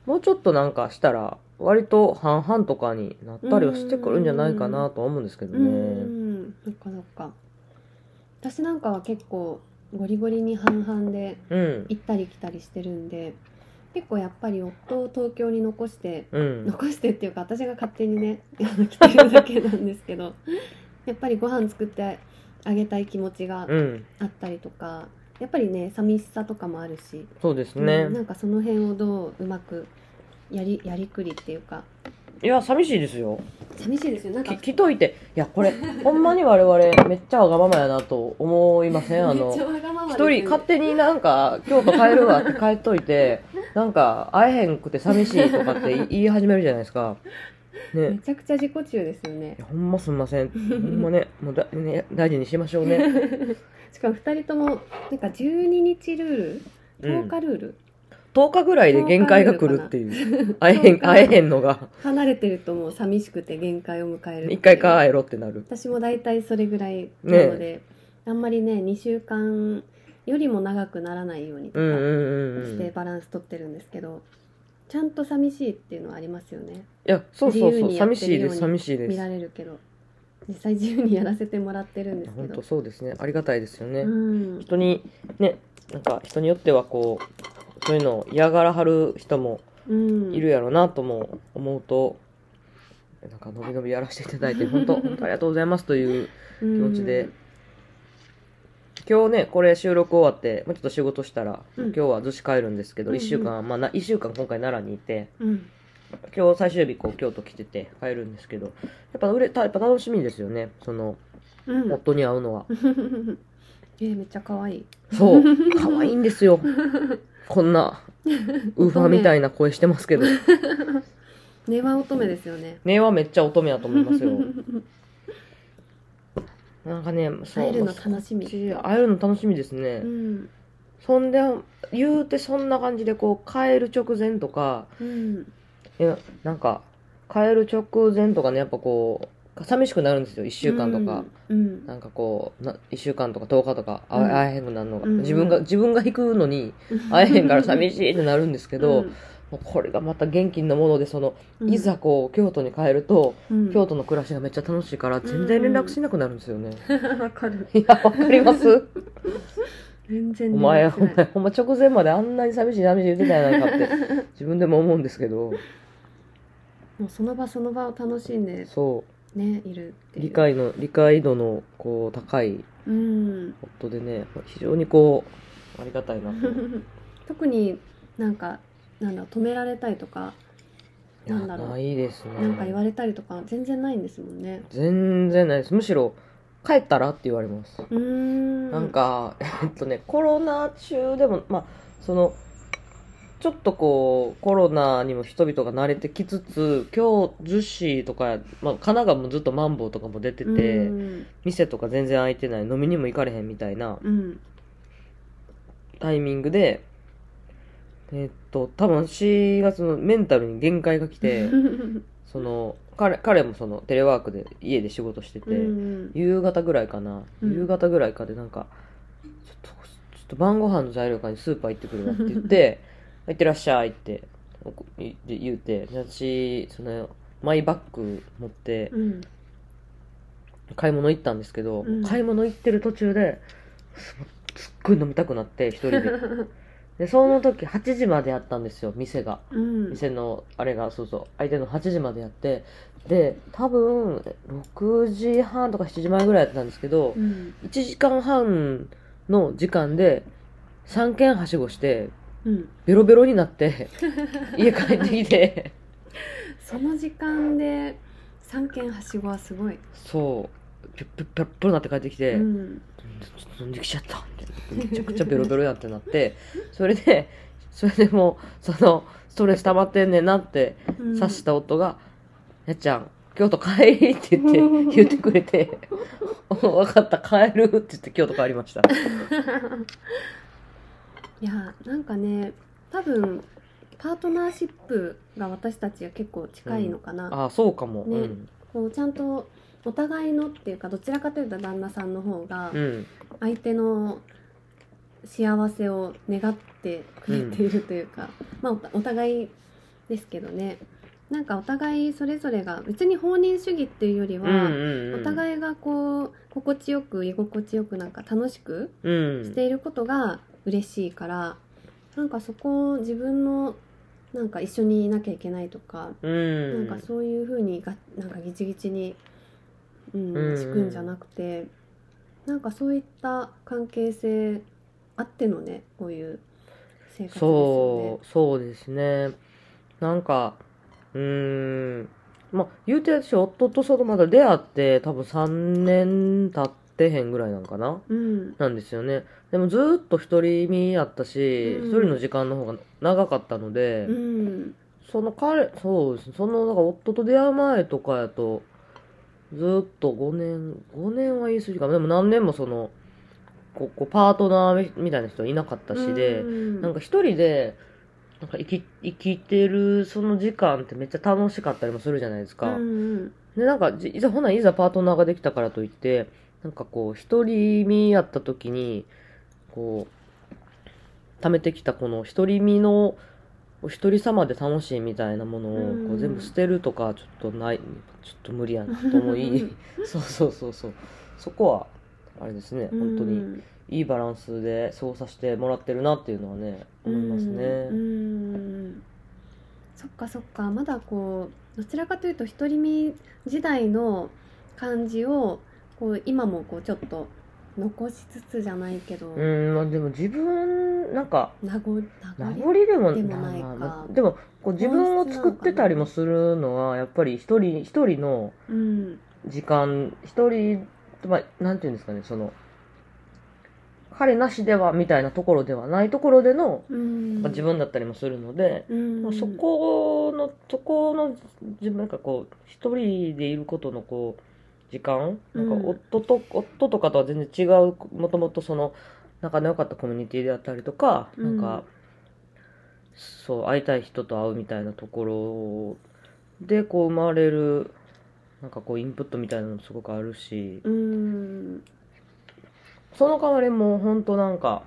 B: もうちょっとなんかしたら、割と半々とかになったりはしてくるんじゃないかなとは思うんですけど
A: う
B: ね。
A: んそっかそっか私なんかは結構ゴリゴリに半々で
B: うん。
A: 行ったり来たりしてるんで結構やっぱり夫を東京に残して
B: うん。
A: 残してっていうか私が勝手にねあの来てるだけなんですけど やっぱりご飯作ってあげたい気持ちが
B: うん。
A: あったりとかやっぱりね寂しさとかもあるし、
B: そうです
A: う
B: ね
A: ん。なんかその辺をどううまくやりやりくりっていうか
B: いや、寂しいですよ。
A: 寂しいですよなんか
B: き来といて。いや、これ、ほんまに我々、めっちゃわがままやなと思いませんあの
A: めっちゃ、わがままです
B: 一人勝手になんか、京都帰るわって帰っといて、 なんか、会えへんくて寂しいとか って言い言い始めるじゃないですか。
A: め
B: ね。
A: ちゃくちゃ自己中ですよね
B: いやほんますん ません。ほんまね、もうだ、ね、大事にしましょうね。
A: しかも2人ともなんか12日ルール
B: うん
A: 10日ルール、
B: 10日ぐらいで限界が来るっていう。会えへん、
A: 10日
B: 会えへんのが、
A: 離れてるともう寂しくて限界を迎えるっていう
B: 一回帰ろってなる。
A: 私も大体それぐらいなので、あんまりね2週間よりも長くならないようにと
B: うんうん
A: か
B: うんう
A: し
B: ん。
A: て
B: い
A: バランス取ってるんですけど、ちゃんと寂しいっていうのはありますよね
B: や、そうそう
A: 自由
B: そう。
A: にやっ
B: 寂
A: て
B: し
A: る
B: い
A: ように
B: です、寂しいで
A: 見
B: す。
A: られるけど実際自由にやらせてもらってるんですけ
B: 本
A: ど
B: 当、そうですねありがたいですよね、
A: うん、
B: 人にねなんか人によってはこうそういうのを嫌がらはる人も
A: うん、
B: いるやろうなとも思うと、なんかのびのびやらせていただ いて本当本当ありがとうございますという
A: 気
B: 気持ちで、今日ねこれ収録終わってもうちょっと仕事したら、
A: うん
B: 今日は逗子帰るんですけど、
A: うんうん
B: 1週間まあな1週間今回奈良にいて
A: うん、
B: 今日最終日こう京都来てて帰るんですけどやっぱ売れたやっぱ楽しみですよねその
A: うん
B: 夫に会うのは
A: えーめっちゃ可愛い
B: そう、可愛い んですよ。こんな、ウーファーみたいな声してます けど。
A: 根は乙女ですよね
B: 根はめっちゃ乙女だと思いま すよ。なんかね、そう。
A: 会えるの楽しみ
B: まあ会えるの楽しみですね。
A: うん
B: そんで、言うてそんな感じで、こう、帰る直前とか、
A: うん
B: えなんか、帰る直前とかね、やっぱこう、寂しくなるんですよ、1週間とか。
A: うん
B: なんかこうな1週間とか10日とか会え
A: うん
B: 会えへんくなるのが、
A: うん
B: 自分が自分が引くのに会えへんから 寂しいってなるんですけ
A: け
B: ど、もうこれがまた現金のものでそのいざこう京都に帰ると、京都の暮らしがめっちゃ楽しいから全然連絡しなくなるんですよね、
A: わかる
B: いやわかります
A: 全然
B: お前
A: 連絡し
B: お
A: ない
B: 前ほんま直前まであんなに寂しい寂しい言ってたやない かって自分でも思うんですけど
A: もうその場その場を楽しんで
B: そ
A: ねいるって
B: う
A: いう
B: 理解の理解度のこう高い
A: うん
B: 夫でね非常にこうありがたいなと
A: 特になんかなんだろう止められたりとか
B: いや
A: なんだろう
B: ないですね
A: なんか言われたりとか全然ないんですもんね
B: 全然ないですむしろ帰ったらって言われます
A: うーん
B: なんか、えっとね、コロナ中でも、まあ、その、ちょっとこう、コロナにも人々が慣れてきつつ、今日、逗子とか、まあ、神奈川もずっとマンボウとかも出て
A: う
B: て、
A: ん
B: 店とか全然開いてない、飲みにも行かれへんみたいな
A: うん
B: タイミングで、えっと、多分私がそのメンタルに限界が 来て、その、彼、彼もそのテレワークで家で仕事してて、
A: うん
B: 夕方ぐらいかな、
A: うん
B: 夕方ぐらいかでなんかちょっとちょっと晩ご飯の材料買いにスーパー行ってくるわって言って 「行ってらっしゃい」っておこいで言うてで私そのマイバッグ持って
A: うん
B: 買い物行ったんですけど、
A: うん
B: 買い物行ってる途中ですすっごい飲みたくなって一人で でその時8時までやったんですよ店が
A: うん
B: 店のあれがそうそう相手の8時までやってで多分6時半とか7時前ぐらいやってたんですけど
A: うん
B: 1時間半の時間で3軒はしごして
A: うん
B: ベロベロになって 家帰ってきて
A: その時間で三軒はしごはすごい、
B: そうピョッピョッピョッピョになって帰ってきて、
A: うん、
B: ちょっと飲んできちゃっためちゃくちゃベロベロやってなってそれでそれでもうそのストレス溜まってんねんなって
A: うん
B: 刺した夫が「やっちゃん京都帰り」って言って言ってくれて「分かった帰る」って言って京都帰りました
A: いやなんかね多分パートナーシップが私たちは結構近いのかな、
B: ああそうかも、
A: ね
B: うん
A: こうちゃんとお互いのっていうかどちらかというと旦那さんの方が
B: うん
A: 相手の幸せを願ってくれているというか、まあおお互いですけどねなんかお互いそれぞれが別に放任主義っていうよりは、
B: うんうん
A: お互いがこう心地よく居心地よくなんか楽しく
B: うん
A: していることが嬉しいから、なんかそこを自分のなんか一緒にいなきゃいけないとか、
B: うん
A: なんかそういうふうにがなんかギチギチに、うん
B: うんうん
A: つくんじゃなくてなんかそういった関係性あってのねこういう生活ですよ
B: そうそうですねなんかうーんまあ言うて私夫とそのまだ出会って多分3年経ってへんぐらいなんかな
A: ね。うん
B: なんですよねでもずーっと独り身やったし、
A: うん
B: 一人の時間の方が長かったので、
A: うん
B: その彼そうですねそのなんか夫と出会う前とかやとずーっと5年5年は言い過ぎかもでも何年もそのここうパートナーみたいな人いなかったしで、
A: うん
B: なんか一人で、なんか生き、生きてるその時間ってめっちゃ楽しかったりもするじゃないですか。
A: うん
B: で、なんかじ、いざ、ほないざパートナーができたからといって、なんかこう、一人身やった時に、こう、貯めてきたこの一人身の、お一人様で楽しいみたいなものをこ
A: う
B: うん全部捨てるとかちょっとない、ちょっと無理やなと思い、 そうそうそうそう。そこは、あれですね、
A: うん
B: 本当にいいバランスでそうさせてもらってるなっていうのはね思いますね。
A: うんうんそっかそっかまだこうどちらかというと独り身時代の感じをこう今もこうちょっと残しつつじゃないけど、
B: うん、まあでも自分なんか
A: 名残
B: 名
A: 名
B: 残
A: 残
B: でも
A: でもないか
B: まあまあでもこう自分を作ってたりもするのはやっぱり一人一人の
A: うん
B: 時間一人まあなんていうんですかねその彼なしではみたいなところではないところでの
A: うん
B: まあ自分だったりもするので、
A: うん
B: まあそこのそこの自分なんかこう一人でいることのこう時間なんか
A: うん
B: 夫と、夫とかとは全然違うもともとその仲の良かったコミュニティであったりとか、
A: うん
B: なんかそう会いたい人と会うみたいなところでこう生まれるなんかこうインプットみたいなのもすごくあるし
A: うん
B: その代わりもうほんとなんか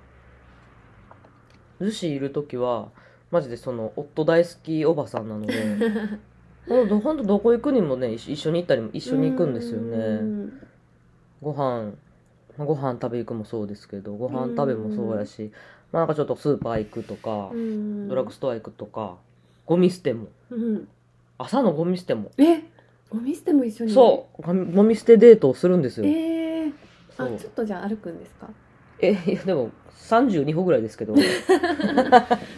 B: 逗子いる時はマジでその夫大好きおばさんなので。ほんとほんとどこ行くにもね一緒一緒に行ったりも一緒に行くんですよ
A: う
B: ね
A: ん
B: ご飯まあご飯食べ行くもそうですけどご飯食べもそうやしまあなんかちょっとスーパー行くとか
A: うん
B: ドラッグストア行くとかゴミ捨ても
A: うん
B: 朝のゴミ捨ても
A: えゴミ捨ても一緒に
B: そうゴミゴミ捨てデートをするんですよ
A: えー、
B: そ
A: あ
B: う
A: ちょっとじゃあ歩くんですか
B: えいやでも32歩ぐらいです けど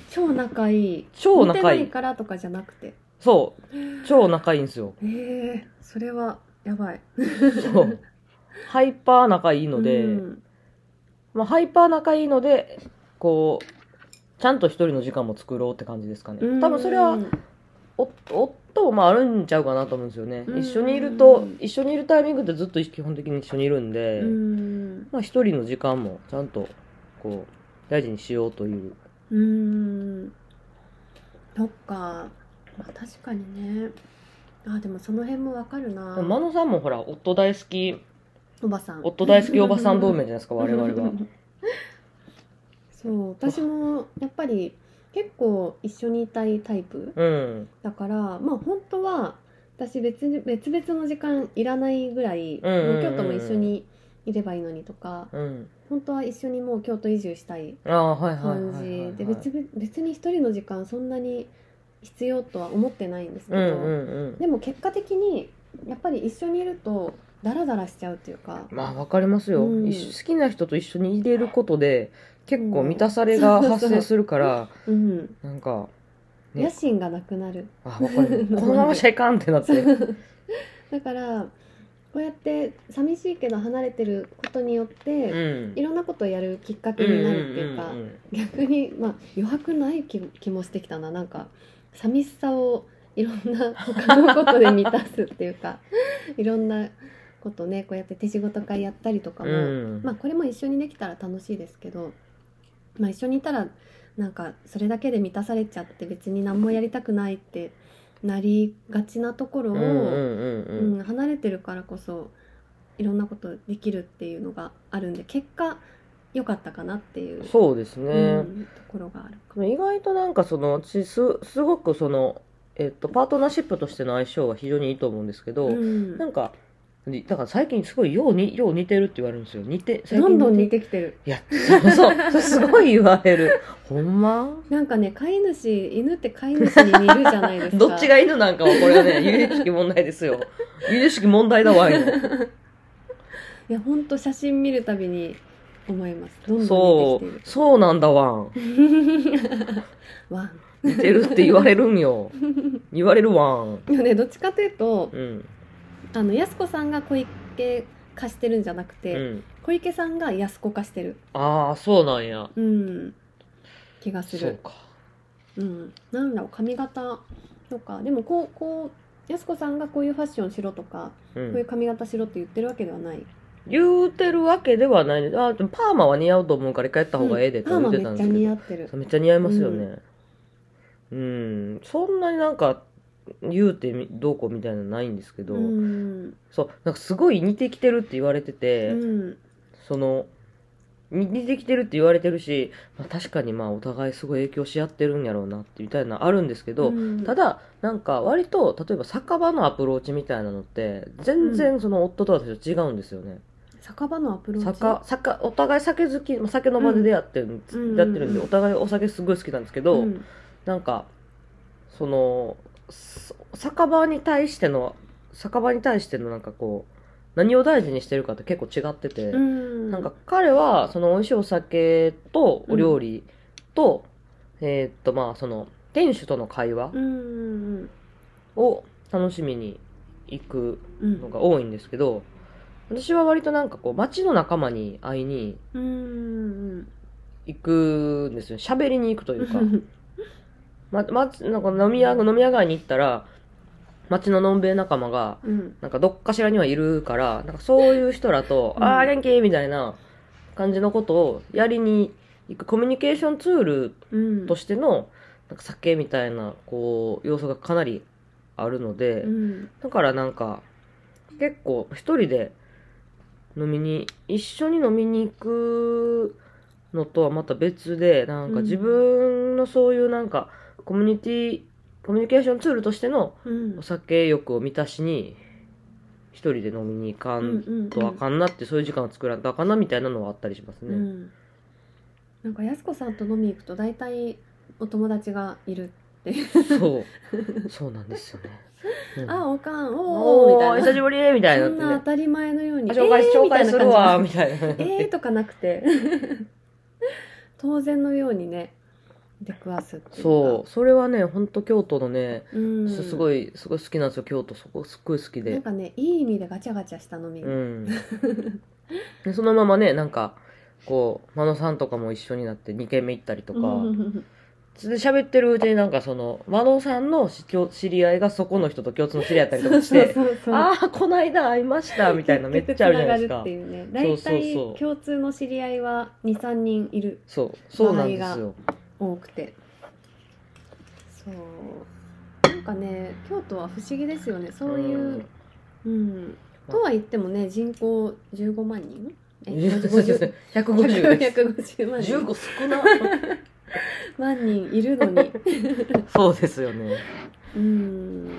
A: 超仲いい
B: 超
A: モテ
B: 仲
A: ないい
B: い
A: からとかじゃなくて
B: そう超仲いいんですよ
A: えー、それはやばい
B: そうハイパー仲いいので、
A: うん
B: まあ、ハイパー仲いいのでこうちゃんと一人の時間も作ろうって感じですかね多分それは
A: うん
B: お夫もまああるんちゃうかなと思うんですよね
A: うん
B: 一緒にいると一緒にいるタイミングってずっと基本的に一緒にいるんで、
A: うん
B: まあ、一人の時間もちゃんとこう大事にしようという
A: うんそっか、まあ、確かにねあでもその辺もわかるな
B: でも真野さんもほら夫大好き
A: おばさん
B: 夫大好きおばさん同盟じゃないですか我々は
A: そう私もやっぱり結構一緒にいたいタイプ
B: うん
A: だからまあ本当は私別に別々の時間いらないぐらい、
B: うんうんうんうん
A: もう京都も一緒にいればいいのにとか
B: うん。
A: 本当は一緒にもう京都移住したい
B: ああ、はいはい
A: 感
B: はいはい、はい。
A: じで別々別に一人の時間そんなに必要とは思ってないんですけ
B: う
A: ど、
B: んうんうん。
A: でも結果的にやっぱり一緒にいるとダラダラしちゃうっていうか、
B: まあ、わかりますよ、
A: うん
B: 一緒好きな人と一緒に入れることで、結構
A: うん
B: 満たされが発生する から、
A: うん、
B: なんか、ね
A: 野心がなくなる
B: あ、わか る。このままじゃいかんってなって。
A: だからこうやって寂しいけど離れてることによって、
B: うん
A: い。ろんなことをやるきっかけになるっていうか、
B: んんんん
A: 逆に、まあ、余白ない気気もしてきたななんか寂しさをいろん な他のことで満たすっていうかいろんなことねこうやって手仕事会やったりとかも、
B: うん
A: まあこれも一緒にできたら楽しいですけど、まあ、一緒にいたらなんかそれだけで満たされちゃって別に何もやりたくないってなりがちなところを、
B: うんうんうんうん
A: うん、離れてるからこそいろんなことできるっていうのがあるんで結果良かったかなっていう、
B: そうですね、
A: うん、ところがあるかも。
B: 意外となんかその私すすごくその、えっと、パートナーシップとしての相性は非常にいいと思うんですけど、
A: うん
B: なんかにだから最近すごいようによう似てるって言われるんですよ似て最近
A: どんどん似てきてる
B: いや そうそうそれすごい言われるほんま
A: なんかね飼い主犬って飼い主に似るじゃないですか
B: どっちが犬なんかはこれは ね有意識問題ですよ有意識問題だわよ
A: いやほんと写真見るたびに思いますどんど
B: そ
A: ん似てき
B: うそうなんだわん
A: ているワン
B: 似てるって言われるんよ言われるわん
A: でもねどっちかというと
B: うん
A: あの安子さんが小池化してるんじゃなく
B: う
A: て、
B: ん
A: 小池さんが安子化してる
B: ああそうなんや
A: うん気がす
B: そ
A: る
B: うか
A: うん、なんだろう髪型とかでもこうこうやす子さんがこういうファッションしろとか、
B: う
A: こ
B: ん
A: ういう髪型しろって言ってるわけではない
B: 言うてるわけではないねあでもパーマは似合うと思うから一回やった方がええでって
A: パー
B: 言
A: マ
B: っ
A: め
B: て
A: ったち
B: んで
A: ゃ
B: すけど、
A: 似合ってる
B: そうめっちゃ似合いますよねうん、そんなになんか言うてみどうこうみたいなのないんですけど、
A: うん、
B: そうなんかすごい似てきてるって言われてて、
A: うん、
B: そのに似てきてるって言われてるし、まあ、確かにまあお互いすごい影響し合ってるんやろうなってみたいなのあるんですけど、
A: うん
B: ただなんか割と例えば酒場のアプローチみたいなのって全然その夫とは私と違うんですよね、
A: 酒場のアプローチ
B: 酒酒お互い酒好きまあ酒の場で出会ってるん、
A: うん
B: やってるんで
A: うん
B: お互いお酒すごい好きなんですけど、
A: うん
B: なんかそのそ酒場に対しての酒場に対してのなんかこう何を大事にしてるかって結構違ってて、
A: うん、
B: なんか彼はその美味しいお酒とお料理と、えーっとまあその店主との会話
A: うん
B: を楽しみに行く
A: うん
B: のが多いんですけど、私は割となんかこう街の仲間に会いに
A: うん
B: 行くんですよ喋りに行くというか
A: うん
B: ま、ま、なんか飲み屋飲み屋街に行ったら街ののんべえ仲間が
A: うん
B: なんかどっかしらにはいるからなんかそういう人らと「
A: うん
B: ああ元気!」みたいな感じのことをやりに行くコミュニケーションツール
A: うん
B: としてのなんか酒みたいなこう要素がかなりあるので、
A: うん
B: だからなんか結構一人で飲みに一緒に飲みに行くのとはまた別でなんか
A: うん
B: 自分のそういうなんかコミュニティコミュニケーションツールとしての
A: うん
B: お酒欲を満たしに一人で飲みに行かん
A: うん
B: とあかんなってそういう時間を作らんとあかんなみたいなのはあったりします
A: う
B: ね。
A: ん、なんかやす子さんと飲み行くと大体お友達がいる
B: そうそうなんですよね。うん
A: あ、おかん、おー
B: お
A: おー
B: ー
A: みた
B: 久
A: い
B: しぶりみたい
A: な。
B: な
A: そん
B: って
A: な当
B: ね。
A: たり前のように。
B: あ紹介
A: えー
B: 紹介するわ
A: み
B: みたいな。
A: たいな感じえーとかなくて、当然のようにね、出くわすっていうか。
B: そうそれはねほんと京都のね、
A: うん。
B: すすごいすごい好きなんですよ京都そこすっごい好き
A: なん
B: で
A: かね、いい意味でガチャガチャした飲み。
B: うんでそのままねなんかこう真野さんとかも一緒になって2軒目行ったりとか、
A: うん
B: で喋ってるうちになんかその真野さんの知知り合いがそこの人と共通の知り合いだったりとかし て
A: そうそうそう。
B: ああこないだ会いましたみたいなめっちゃあるじゃないですか
A: 結局繋がるっていうね。
B: そ
A: 大
B: うそうそう
A: 体共通の知り合いは2、3人いる、
B: そうそうなんですよ
A: 多くて。そう。なんかね、京都は不思議ですよね。そういう。
B: うん
A: うん、とは言ってもね人口15万人え 50
B: 150です
A: 150万人
B: 15少な
A: 万人いるのに
B: そうですよね
A: うん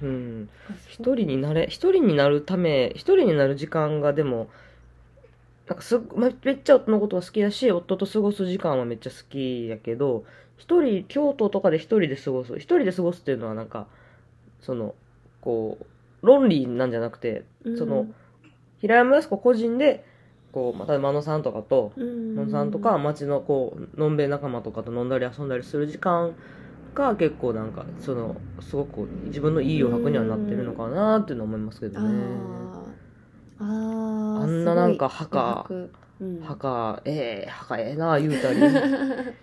B: うん。一人になれ、一人になるため、一人になる時間がでも、なんかすっご、まあめっちゃ夫のことは好きだし、夫と過ごす時間はめっちゃ好きやけど、一人、京都とかで一人で過ごす、一人で過ごすっていうのはなんか、その、こう、ロンリーなんじゃなくて、その、平山靖子個人で、こう、また真野さんとかと、
A: うん、
B: 野野さんとか、街のこう、のんべい仲間とかと飲んだり遊んだりする時間が結構なんか、その、すごく自分のいい余白にはなってるのかなっていうのは思いますけど
A: あ
B: ね。
A: ーあー
B: あんななんか墓、
A: すごい余白
B: 墓、ええ墓ええな言う たり。
A: う
B: い
A: ん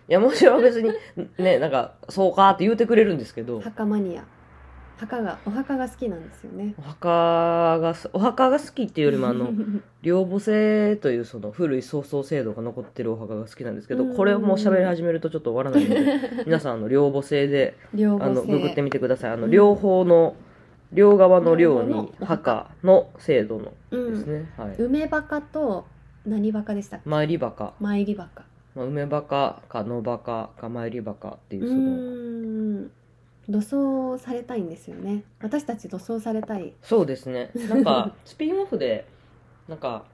B: や、もしは別に、ね、なんか、そうかって言うてくれるんですけど、
A: 墓マニア墓がお墓が好きなんですよね
B: お墓がす、お墓が好きっていうよりもあの、 両母制というその古い創造制度が残ってるお墓が好きなんですけど、
A: うん
B: これをもう喋り始めるとちょっと終わらな いので皆さんあの両母制で
A: 両
B: あ
A: 母
B: の
A: 性
B: ググってみてくださいあの、
A: うん
B: 両方の両側の両
A: 両
B: に
A: 方の
B: 墓の制度の
A: う
B: です
A: ん、
B: ね、はい
A: 梅墓と何墓でしたっけ
B: 参り墓、
A: 参り墓
B: まあ、梅墓か野墓か参り墓っていう
A: う
B: その
A: ーん土葬されたいんですよね私たち土葬されたい
B: そうですねな んかスピンオフでなんか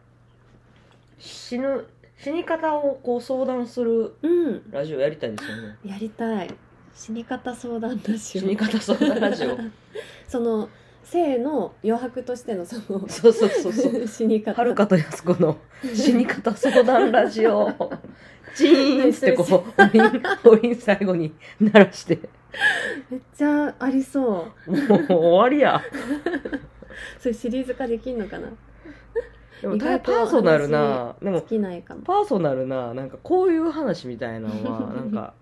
B: 死ぬ死に方をこう相談する
A: うん
B: ラジオやりたいですよ ね
A: やりたい死に方相談ラジオ
B: 死に方相談ラジオ
A: その性の余白としてのその
B: そうそうそうそう
A: 死に方
B: はるかとやすこの死に方相談ラ ジオ。チーンってこう、おりん、おりん最後に鳴らして。
A: めっちゃありそう
B: もう終わりや。
A: それシリーズ化できんのかな
B: でも大変パーソナルな、で
A: 好
B: も
A: きないかも
B: パーソナルな、なんかこういう話みたいなのは、なんか、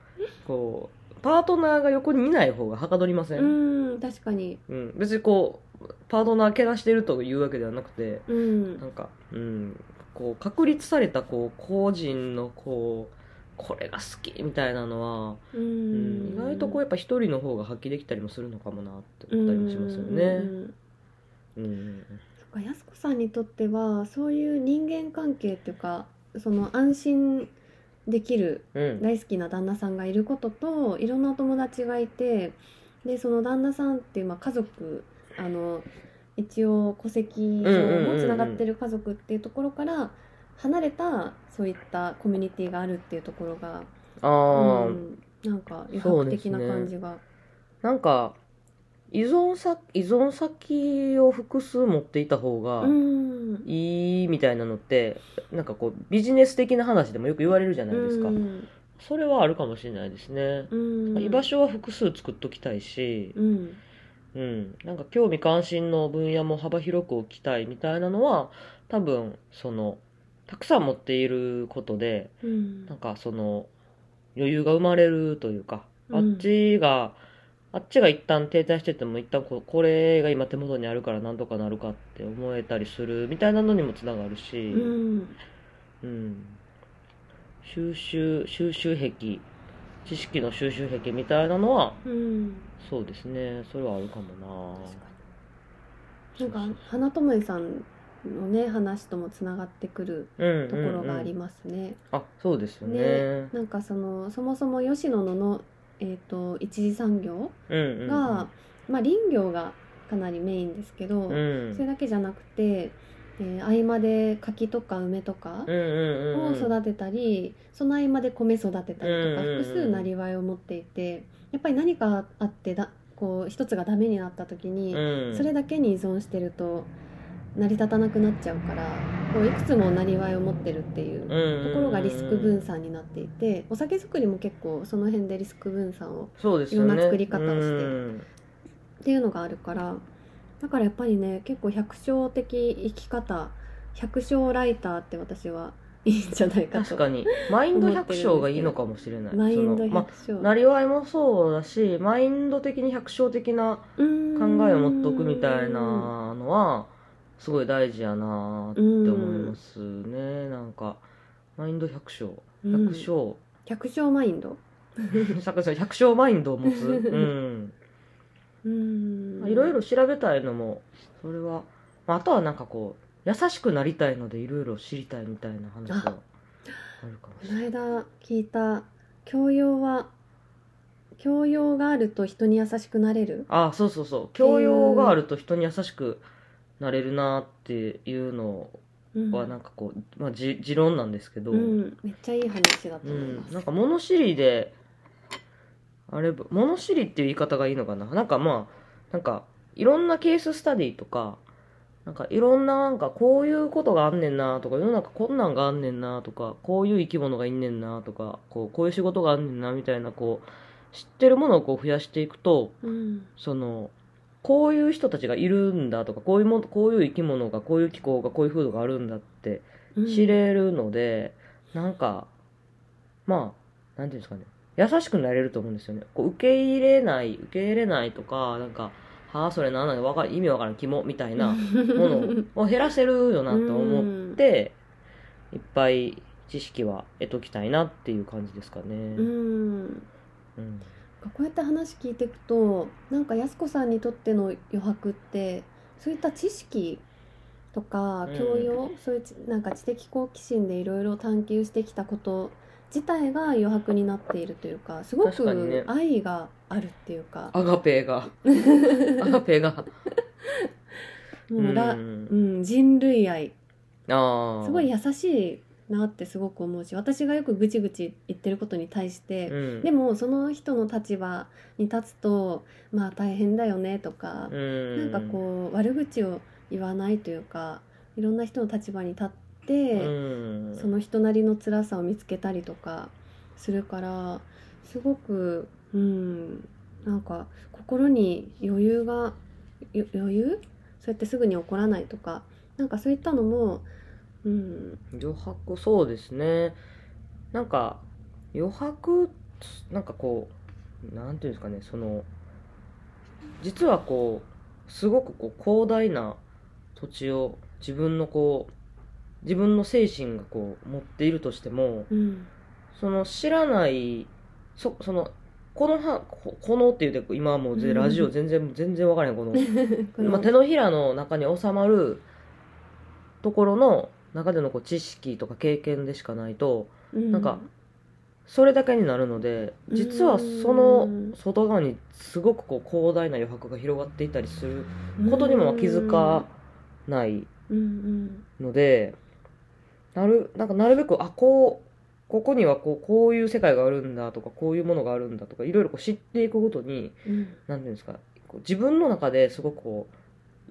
B: こう、パートナーが横にいない方がはかどりませ。
A: うんーん確かに
B: うん。別にこう、パートナーけなしてるというわけではなくて、
A: うん
B: なんか、うん、こう、確立された、こう、個人の、こう、これが好きみたいなのは、
A: う
B: う
A: ん
B: ん意外とこうやっぱ一人の方が発揮できたりもするのかもなって思ったりもしますよね
A: う。ん
B: うん
A: そっか安子さんにとってはそういう人間関係っていうかその安心できる
B: うん
A: 大好きな旦那さんがいることといろんなお友達がいてでその旦那さんって、まあ、家族あの一応戸籍上もつながってる家族っていうところから離れたそういったコミュニティがあるっていうところが、
B: あ
A: う
B: ー、
A: ん、なんか余
B: そう
A: 白
B: で
A: 的
B: す
A: な
B: ね
A: 感じが。
B: なんか依存さ依存先を複数持っていた方が
A: うん
B: いいみたいなのってなんかこうビジネス的な話でもよく言われるじゃないですか、
A: うん
B: それはあるかもしれないですね、
A: うん
B: 居場所は複数作っときたいし、
A: うん
B: うん、なんか興味関心の分野も幅広く置きたいみたいなのは多分そのたくさん持っていることで
A: うん
B: なんかその余裕が生まれるというか、
A: うん
B: あっちがあっちが一旦停滞してても一旦ここれが今手元にあるからなんとかなるかって思えたりするみたいなのにもつながるし、
A: うん
B: うん収集収集癖知識の収集癖みたいなのは
A: うん
B: そうですねそれはあるかもな
A: 確かになんか花ともえさんのね話ともつながってくる
B: うん
A: ところがあり
B: うんうん
A: ますね。
B: あそうですよね
A: ねなんかそのそもそも吉野のの、えー、と一次産業
B: うんうんうん
A: が、まあ、林業がかなりメインですけど、
B: うんうん
A: それだけじゃなくて、えー合間で柿とか梅とか
B: うんうん
A: を育てたり、その合間で米育てたりとか、
B: うんうんうん
A: 複数なりわいを持っていてやっぱり何かあってだこう一つがダメになった時に、
B: うん
A: それだけに依存してると成り立たなくなっちゃうからこういくつもなりわいを持ってるっていう
B: うんうんうんうん
A: ところがリスク分散になっていてお酒作りも結構その辺でリスク分散を
B: そうですよね
A: いろんな作り方をして
B: うん
A: っていうのがあるからだからやっぱりね結構百姓的生き方百姓ライターって私はいいんじゃないか
B: 確
A: と
B: かにマインド百姓がいいのかもしれない
A: マインド
B: そのま
A: 百姓、
B: なりわいもそうだしマインド的に百姓的な
A: うー
B: 考
A: ん
B: えを持っとくみたいなのはすごい大事やなって思いますねなんかマインド百姓
A: うん
B: 百 姓、
A: 百姓マインド
B: 作者百姓マインドを 持つ、うん
A: うーん
B: いろいろ調べたいのもそれはまああとはなんかこう優しくなりたいのでいろいろ知りたいみたいな話はあるかもし
A: こ
B: れな
A: の
B: い
A: 間聞いた教養は教養があると人に優しくなれる
B: あそうそうそう教養があると人に優しくなれるなっていうの
A: うん
B: はなんかこう、まあ、じ持論なんですけど、
A: うん、めっちゃいい話だと
B: う
A: 思いま
B: ん、
A: す。
B: なんか物知りであれば物知りっていう言い方がいいのかななんかまあなんかいろんなケーススタディとかなんかいろんななんかこういうことがあんねんなとか世の中こんなんがあんねんなとかこういう生き物がいんねんなとかこうこういう仕事があんねんなみたいなこう知ってるものをこう増やしていくと
A: うん、
B: そのこういう人たちがいるんだとかこういうもこういう生き物がこういう気候がこういう風土があるんだって
A: うん
B: 知れるので、なんかまあなんていうんですかね優しくなれると思うんですよねこう受け入れない受け入れないとかなんか「はあそれなんなんわか意味わからん肝」みたいなもの を減らせるよなと思って、いっぱい知識は得ときたいなっていう感じですかね。
A: うん、
B: うん
A: こうやって話聞いていくとなんか安子さんにとっての余白ってそういった知識とか
B: うん
A: 教養、そういうちなんか知的好奇心でいろいろ探求してきたこと自体が余白になっているというかすご
B: 確かにね
A: く愛があるっていうか
B: アガペーがアガペーが
A: もうら、
B: う
A: うん
B: ん
A: 人類愛
B: ああ
A: すごい優しいなってすごく思うし私がよくぐちぐち言ってることに対して、
B: うん、
A: でもその人の立場に立つとまあ大変だよねとか、
B: うん、
A: なんかこう悪口を言わないというかいろんな人の立場に立って、
B: うん、
A: その人なりの辛さを見つけたりとかするからすごくうんなんか心に余裕がよ余裕そうやってすぐに怒らないとかなんかそういったのもうん
B: 余白そうですねなんか余白なんかこうなんていうんですかねその実はこうすごくこう広大な土地を自分のこう自分の精神がこう持っているとしても
A: うん
B: その知らないそそのこのはここのって言うて今はもうぜ
A: うん
B: ラジオ全然全然わからへんこの
A: この
B: まあ、手のひらの中に収まるところの中でのこう知識とか経験でしかないと
A: う
B: なんかそれだけになるので実はそうの
A: ん
B: 外側にすごくこう広大な余白が広がっていたりすることにも気づかない
A: うんうん
B: のでなるなんかなるべくあこうここにはこうこういう世界があるんだとかこういうものがあるんだとかいろいろこう知っていくごとに
A: うん
B: なんていうんですかこう自分の中ですごくこう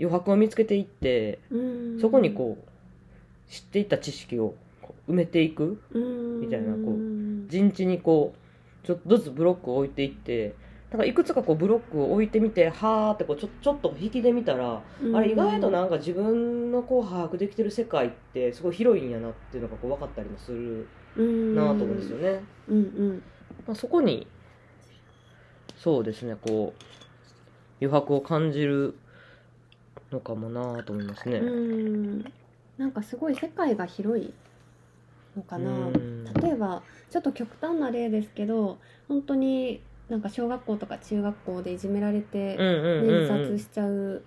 B: 余白を見つけていって
A: うん
B: そこにこう知っていった知識をこう埋めていく
A: うん
B: みたいなこう
A: うん
B: 陣地にこうちょっとずつブロックを置いていってなんかいくつかこうブロックを置いてみてはーってこうちょちょっと引きで見たら、あれ意外となんか自分のこう把握できてる世界ってすごい広いんやなっていうのがこう分かったりもする
A: うん
B: なと思うんですよね。
A: うんうん
B: まあ、そこにそうですねこう余白を感じるのかもなと思いますね。
A: うんなんかすごい世界が広いのかな
B: うん
A: 例えばちょっと極端な例ですけど本当になんか小学校とか中学校でいじめられて
B: うんうんうん
A: 自
B: うん
A: 殺しちゃう、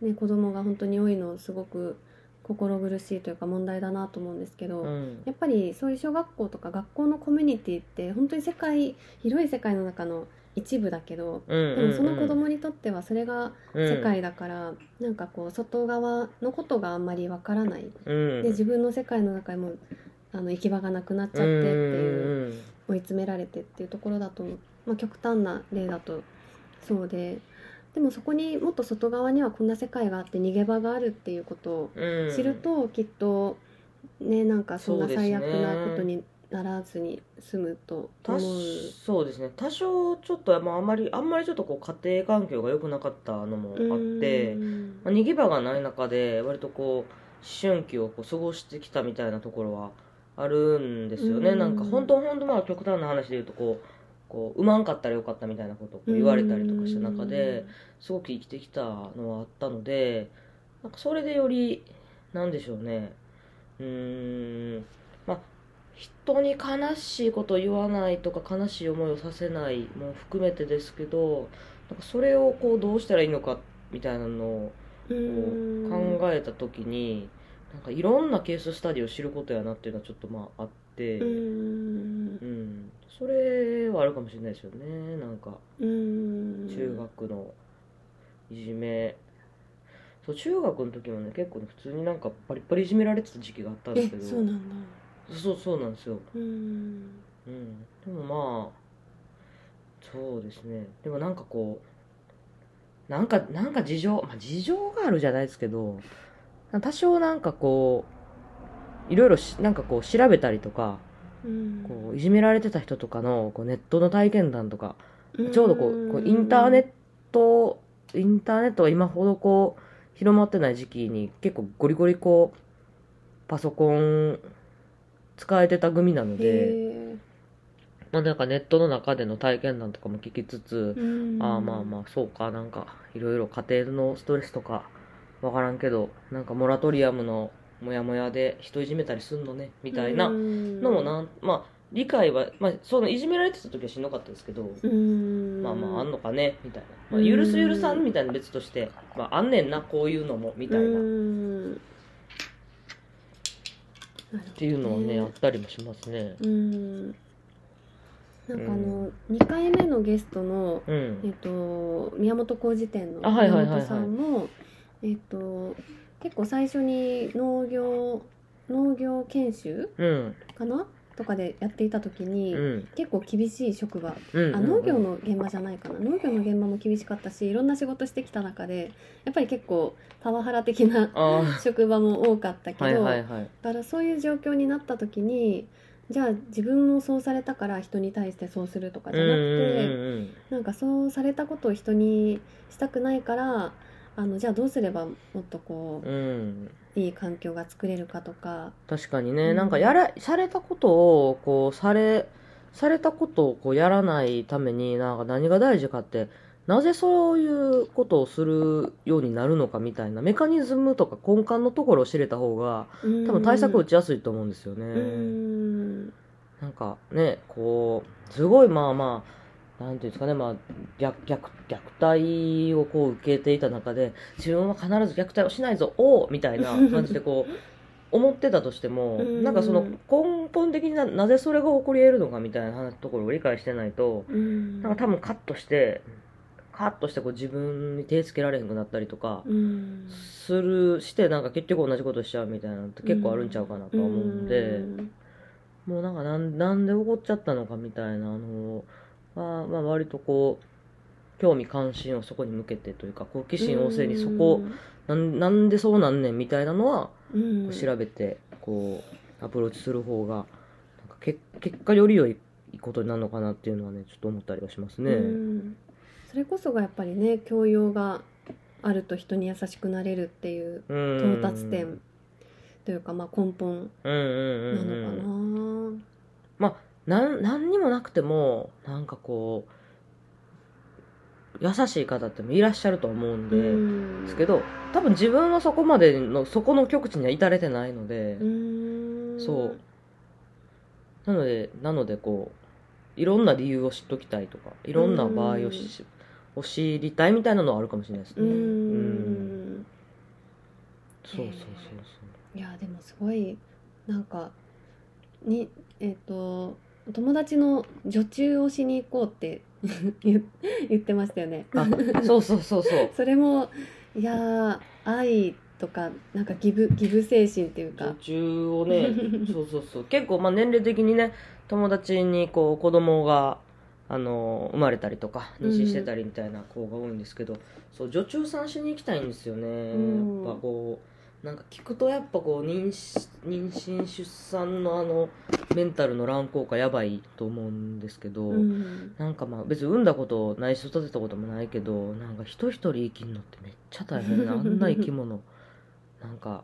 A: ね、子供が本当に多いのすごく心苦しいというか問題だなと思うんですけど、
B: うん
A: やっぱりそういう小学校とか学校のコミュニティって本当に世界広い世界の中の一部だけどでもその子供にとってはそれが世界だから、なんかこう外側のことがあんまりわからない
B: で
A: で自分の世界の中にもうあの行き場がなくなっちゃってっていう追い詰められてっていうところだと、まあ、極端な例だとそうででもそこにもっと外側にはこんな世界があって逃げ場があるっていうことを
B: うん
A: 知るときっとねなんかそんな
B: そうです
A: 最
B: ね
A: 悪なことにならずに済むと
B: た
A: 思う。
B: しそうですね多少ちょっと、まあ、あんまりあんまりちょっとこう家庭環境が良くなかったのもあって、
A: うん
B: まあ、逃げ場がない中で割とこう思春期をこう過ごしてきたみたいなところはあるんですよね、
A: うん
B: なんか本当本当まあ極端な話で言うとこうこううまんかったらよかったみたいなことをこう言われたりとかした中で、すごく生きてきたのはあったのでなんかそれでよりなんでしょうねうーんまあ人に悲しいことを言わないとか悲しい思いをさせないも含めてですけどなんかそれをこうどうしたらいいのかみたいなのを
A: うん
B: 考えた時に、なんかいろんなケーススタディを知ることやなっていうのはちょっとまああって、
A: うーん
B: うんそれはあるかもしれないですよねなんか
A: うーん
B: 中学のいじめ、そう中学の時もね結構ね普通になんかバリバリいじめられてた時期があったんですけ
A: え
B: ど
A: そうなんだ
B: そうそうなんですよ、
A: うーん
B: うん、でもまあそうですねでもなんかこうなんかなんか事情、まあ、事情があるじゃないですけど多少なんかこういろいろしなんかこう調べたりとか
A: うん
B: こういじめられてた人とかのこうネットの体験談とか
A: うーん
B: ちょうどこうこうインターネットインターネットが今ほどこう広まってない時期に結構ゴリゴリこうパソコン使えてた組なので。
A: へ
B: まあなんかネットの中での体験談とかも聞きつつ
A: ー、うーん
B: ああまあまあそうかなんかいろいろ家庭のストレスとかわからんけどなんかモラトリアムのモヤモヤで人いじめたりすんのねみたいなの
A: の
B: もなんまあ理解はまあそのいじめられてた時はしんどかったですけど
A: うーん
B: まあまああんのかねみたいな、まあ、
A: うん
B: 許す許さんみたいな別としてまああんねんなこういうのもみたいう
A: ー
B: なっ
A: んなるほど
B: ていうのはね
A: ね
B: あったりもしますね
A: うーんなんかあ
B: う
A: の2回目のゲストの
B: うん
A: えっと、宮本浩二店の
B: あはい
A: 宮
B: はいはいはい
A: 本さんも、えっと、結構最初に農業農業研修
B: うん
A: かなとかでやっていた時に、
B: うん
A: 結構厳しい職場、
B: うん
A: あ農業の現場じゃないかな農業の現場も厳しかったしいろんな仕事してきた中でやっぱり結構パワハラ的な
B: あ
A: 職場も多かったけ
B: あ
A: ど、
B: はいはいはい
A: だからそういう状況になった時にじゃあ自分もそうされたから人に対してそうするとかじゃなくて。
B: うんうんうんうん
A: なんかそうされたことを人にしたくないからあのじゃあどうすればもっとこ
B: うん、
A: ういい環境が作れるかとか
B: 確かにね、
A: うん
B: なんかやらされたことをこうされされたことをこうやらないためになんか何が大事かってなぜそういうことをするようになるのかみたいなメカニズムとか根幹のところを知れた方が
A: 多
B: 多分対策打ちやすいと思うんですよね。
A: うーん
B: なんかねこうすごいまあまあなんていうんですかねまあ虐虐虐待をこう受けていた中で自分は必ず虐待をしないぞおう みたいな感じでこう思ってたとしても
A: うん
B: なんかその根本的にななぜそれが起こり得るのかみたいなところを理解してないと
A: うーん
B: なんか多分カットしてカットしてこう自分に手つけられへんくなったりとか
A: うーん
B: するしてなんか結局同じことしちゃうみたいなのって結構あるんちゃうかなとは思うんで。
A: うーん
B: もうなんかなんなんで怒っちゃったのかみたいなのは、まあ、割とこう興味関心をそこに向けてというか好奇心旺盛にそこなんなんでそうなんねんみたいなのは
A: うーん
B: 調べてこうアプローチする方がなんかけ結果より良いことになるのかなっていうのはねちょっと思ったりはしますね。
A: うーんそれこそがやっぱりね教養があると人に優しくなれるっていう
B: うん
A: 到達点というかまあ根本
B: う
A: な
B: んうんうん
A: のか
B: うん
A: な。
B: なん何にもなくてもなんかこう優しい方ってもいらっしゃると思うんで。
A: うん
B: ですけど多分自分はそこまでのそこの極地には至れてないので、
A: うーん
B: そうなのでなのでこういろんな理由を知っときたいとかいろんな場合をし、を知りたいみたいなのはあるかもしれないです
A: う
B: ね
A: ー
B: うん
A: ん
B: そうそうそう
A: いやでもすごいなんかにえっ、と友達の女中をしに行こうって言言ってましたよね。
B: そうあそうそうそうそう
A: それもいやー愛とかなんかギブギブ精神っていう
B: 女
A: か。
B: 中をね そうそうそう結構まあ年齢的にね友達にこう子供があの生まれたりとか妊娠してたりみたいな子が多いんですけど、そう女中さんしに行きたいんですよね、
A: ん
B: やっぱこうなんか聞くとやっぱこう妊娠妊娠出産のあのメンタルの乱高下やばいと思うんですけど、
A: うん
B: なんかまあ別に産んだことないし育てたこともないけどなんか人一人生きるのってめっちゃ大変なあんな生き物 なんか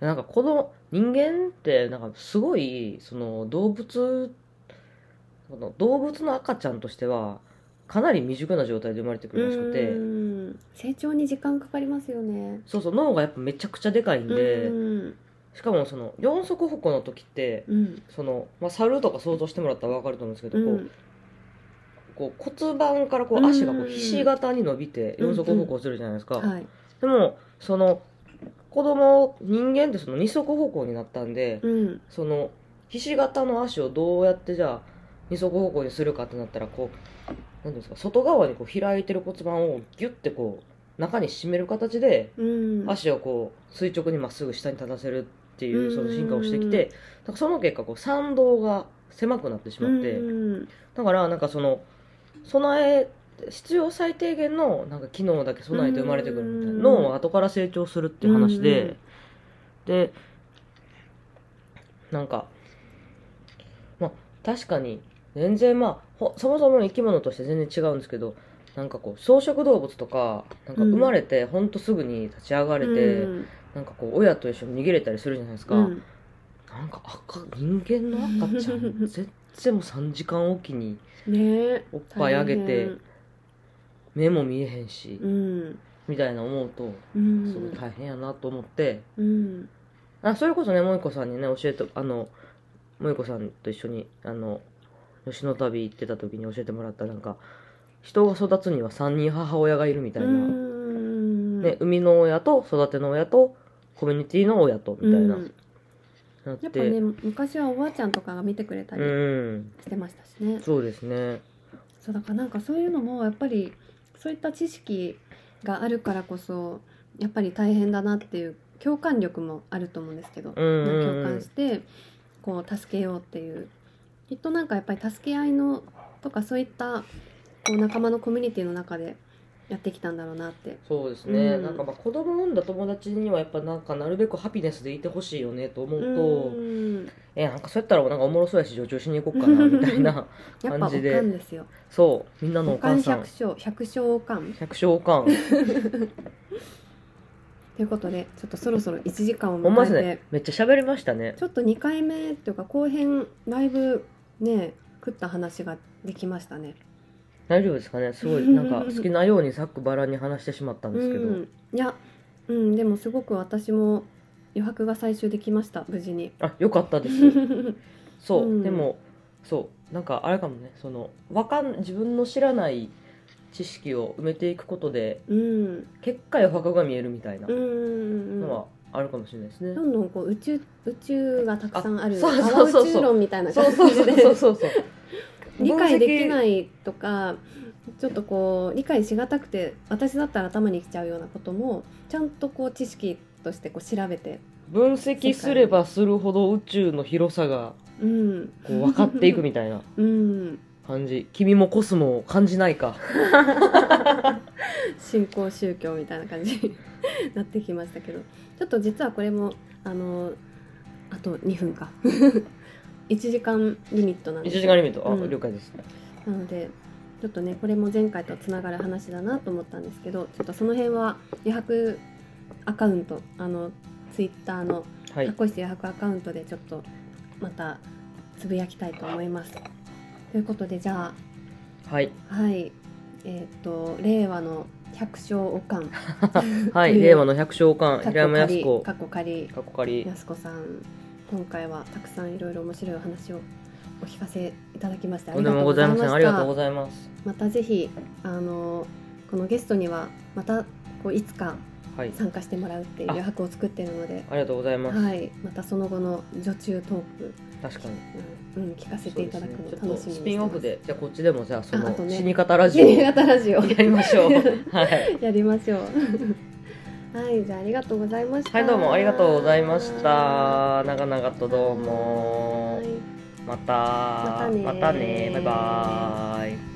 B: なんかこの人間ってなんかすごいその動物この動物の赤ちゃんとしてはかなり未熟な状態で生まれてくるらしく
A: う
B: て
A: ーん成長に時間かかりますよね。
B: そうそう脳がやっぱめちゃくちゃでかいんで
A: うん
B: しかもその四足歩行の時って
A: うん
B: その、まあ、猿とか想像してもらったら分かると思うんですけど、
A: う
B: こうんこう骨盤からこ
A: うん
B: う足がこうひし形に伸びて
A: うん
B: 四足歩行するじゃないですか、
A: はい
B: でもその子供人間ってその二足歩行になったんで、
A: うん
B: そのひし形の足をどうやってじゃあ二足歩行にするかってなったらこうなんていうんですか外側にこう開いてる骨盤をギュッてこう中に締める形で
A: うん
B: 足をこう垂直にまっすぐ下に立たせるっていううんその進化をしてきてだからその結果こう参道が狭くなってしまって
A: うん
B: だからなんかその備え必要最低限のなんか機能だけ備えて生まれてくるみたい
A: うん
B: な脳は後から成長するっていう話ででなんかまあ確かに全然まあほそもそもの生き物として全然違うんですけどなんかこう草食動物とかなんか
A: うん
B: 生まれてほんとすぐに立ち上がれて、
A: うん
B: なんかこう親と一緒に逃げれたりするじゃないですか、
A: うん
B: なんか赤人間の赤 ちゃん全然もう3時間おきに
A: ね
B: おっぱいあげて
A: 大
B: 目も見えへんし、
A: 変うん
B: みたいな思うと
A: うん
B: すごい大変やなと思って、
A: うん
B: あそれこそね萌子さんにね教えてあの萌子さんと一緒にあの吉野旅行ってた時に教えてもらったなんか人が育つには3人母親がいるみたいな、
A: うん
B: ね、生みの親と育ての親とコミュニティの親とみたいな、
A: うん
B: なって
A: やっぱね昔はおばあちゃんとかが見てくれた
B: う
A: り
B: ん
A: してましたしね、
B: そうですね
A: そうだからなんかそういうのもやっぱりそういった知識があるからこそやっぱり大変だなっていう共感力もあると思うんですけど、
B: うんうんうん
A: 共感してこう助けようっていうきっとなんかやっぱり助け合いのとかそういったこう仲間のコミュニティの中でやってきたんだろうなって。
B: そうですね、
A: うん
B: なんかまあ子供産んだ友達にはやっぱなんかなるべくハピネスでいてほしいよねと思うと、
A: うん
B: えなんかそうやったらなんかおもろそうやし助長しに行こうかなみたい な
A: やっぱお
B: 感
A: かん
B: じで
A: ですよ。
B: そうみんなの
A: お
B: お
A: か
B: 母
A: ん
B: さん
A: 百姓百姓おかん
B: 百姓おかん
A: ということでちょっとそろそろ1時間を
B: ほんまです
A: 迎えて
B: ねめっちゃ喋りましたね
A: ちょっと2回目というか後編だいぶね食った話ができましたね。
B: 大丈夫ですかねすごいなんか好きなようにざっくばらんに話してしまったんですけど、
A: うん、いや、うん、でもすごく私も余白が最終できました無事に。
B: あよかったですそう、
A: うん
B: でもそうなんかあれかもねそのわかん自分の知らない知識を埋めていくことで
A: うん、
B: 結果余白が見えるみたいな
A: うんうん
B: の
A: うん
B: はあるかもしれないですね、
A: どんどんこう宇宙宇宙がたくさんある
B: あ
A: あ
B: そうそうそうそう
A: 宇宙論みたいな
B: そう
A: 感
B: そう
A: じ
B: そう
A: で
B: そうそう
A: 理解でき
B: い
A: ないとかちょっとこう理解しがたくて私だったら頭にきちゃうようなこともちゃんとこう知識としてこう調べて、
B: 分析すればするほど宇宙の広さが
A: うん、
B: こう分かっていくみたいな
A: うん、
B: 感じ 君もコスモを感じないか
A: 新興宗教みたいな感じに なってきましたけどちょっと実はこれもあのあと2分か 1時間リミットなん
B: 1
A: ですよ
B: 時間リミットあ、
A: うん
B: 了解です
A: なのでちょっとねこれも前回とつながる話だなと思ったんですけどちょっとその辺は余白アカウントあのツイッターの
B: は
A: タ
B: い
A: コイチ余白アカウントでちょっとまたつぶやきたいと思います。ということでじゃ
B: はい
A: あはいえっ、と令和の百姓おかん
B: はい
A: うん
B: 令和の百姓館
A: かっ
B: 平山
A: こ
B: 靖子
A: かっこかり
B: かっこかり
A: やすこさん今回はたくさんいろいろ面白いお話をお聞かせいただきましてあ
B: とん
A: り
B: で
A: がと
B: も
A: うご
B: ござ
A: ざ
B: い
A: い
B: ま
A: ま
B: せん
A: し
B: ありがと
A: た
B: うございます
A: またぜひあのこのゲストにはまたこういつか
B: はい
A: 参加してもらうっていう
B: あ
A: 余白を作っているので
B: ありがとうございます、
A: はいまたその後の女中トーク、
B: 確かに
A: うんうん、聞かせ
B: そ
A: て
B: う
A: い
B: で
A: た
B: す
A: だく
B: ね
A: の
B: ちょっ
A: 楽
B: と
A: しみにしてます
B: スピンオフでじゃあこっちでもじゃあその
A: ああとね
B: 死に方ラジオ
A: 新
B: や
A: 潟ラジオ
B: りま しょうはい
A: やりましょうはいじゃあありがとう ございました
B: はいどうもありがとうございました長々とどうも
A: はい
B: また
A: またねー
B: バイバーイ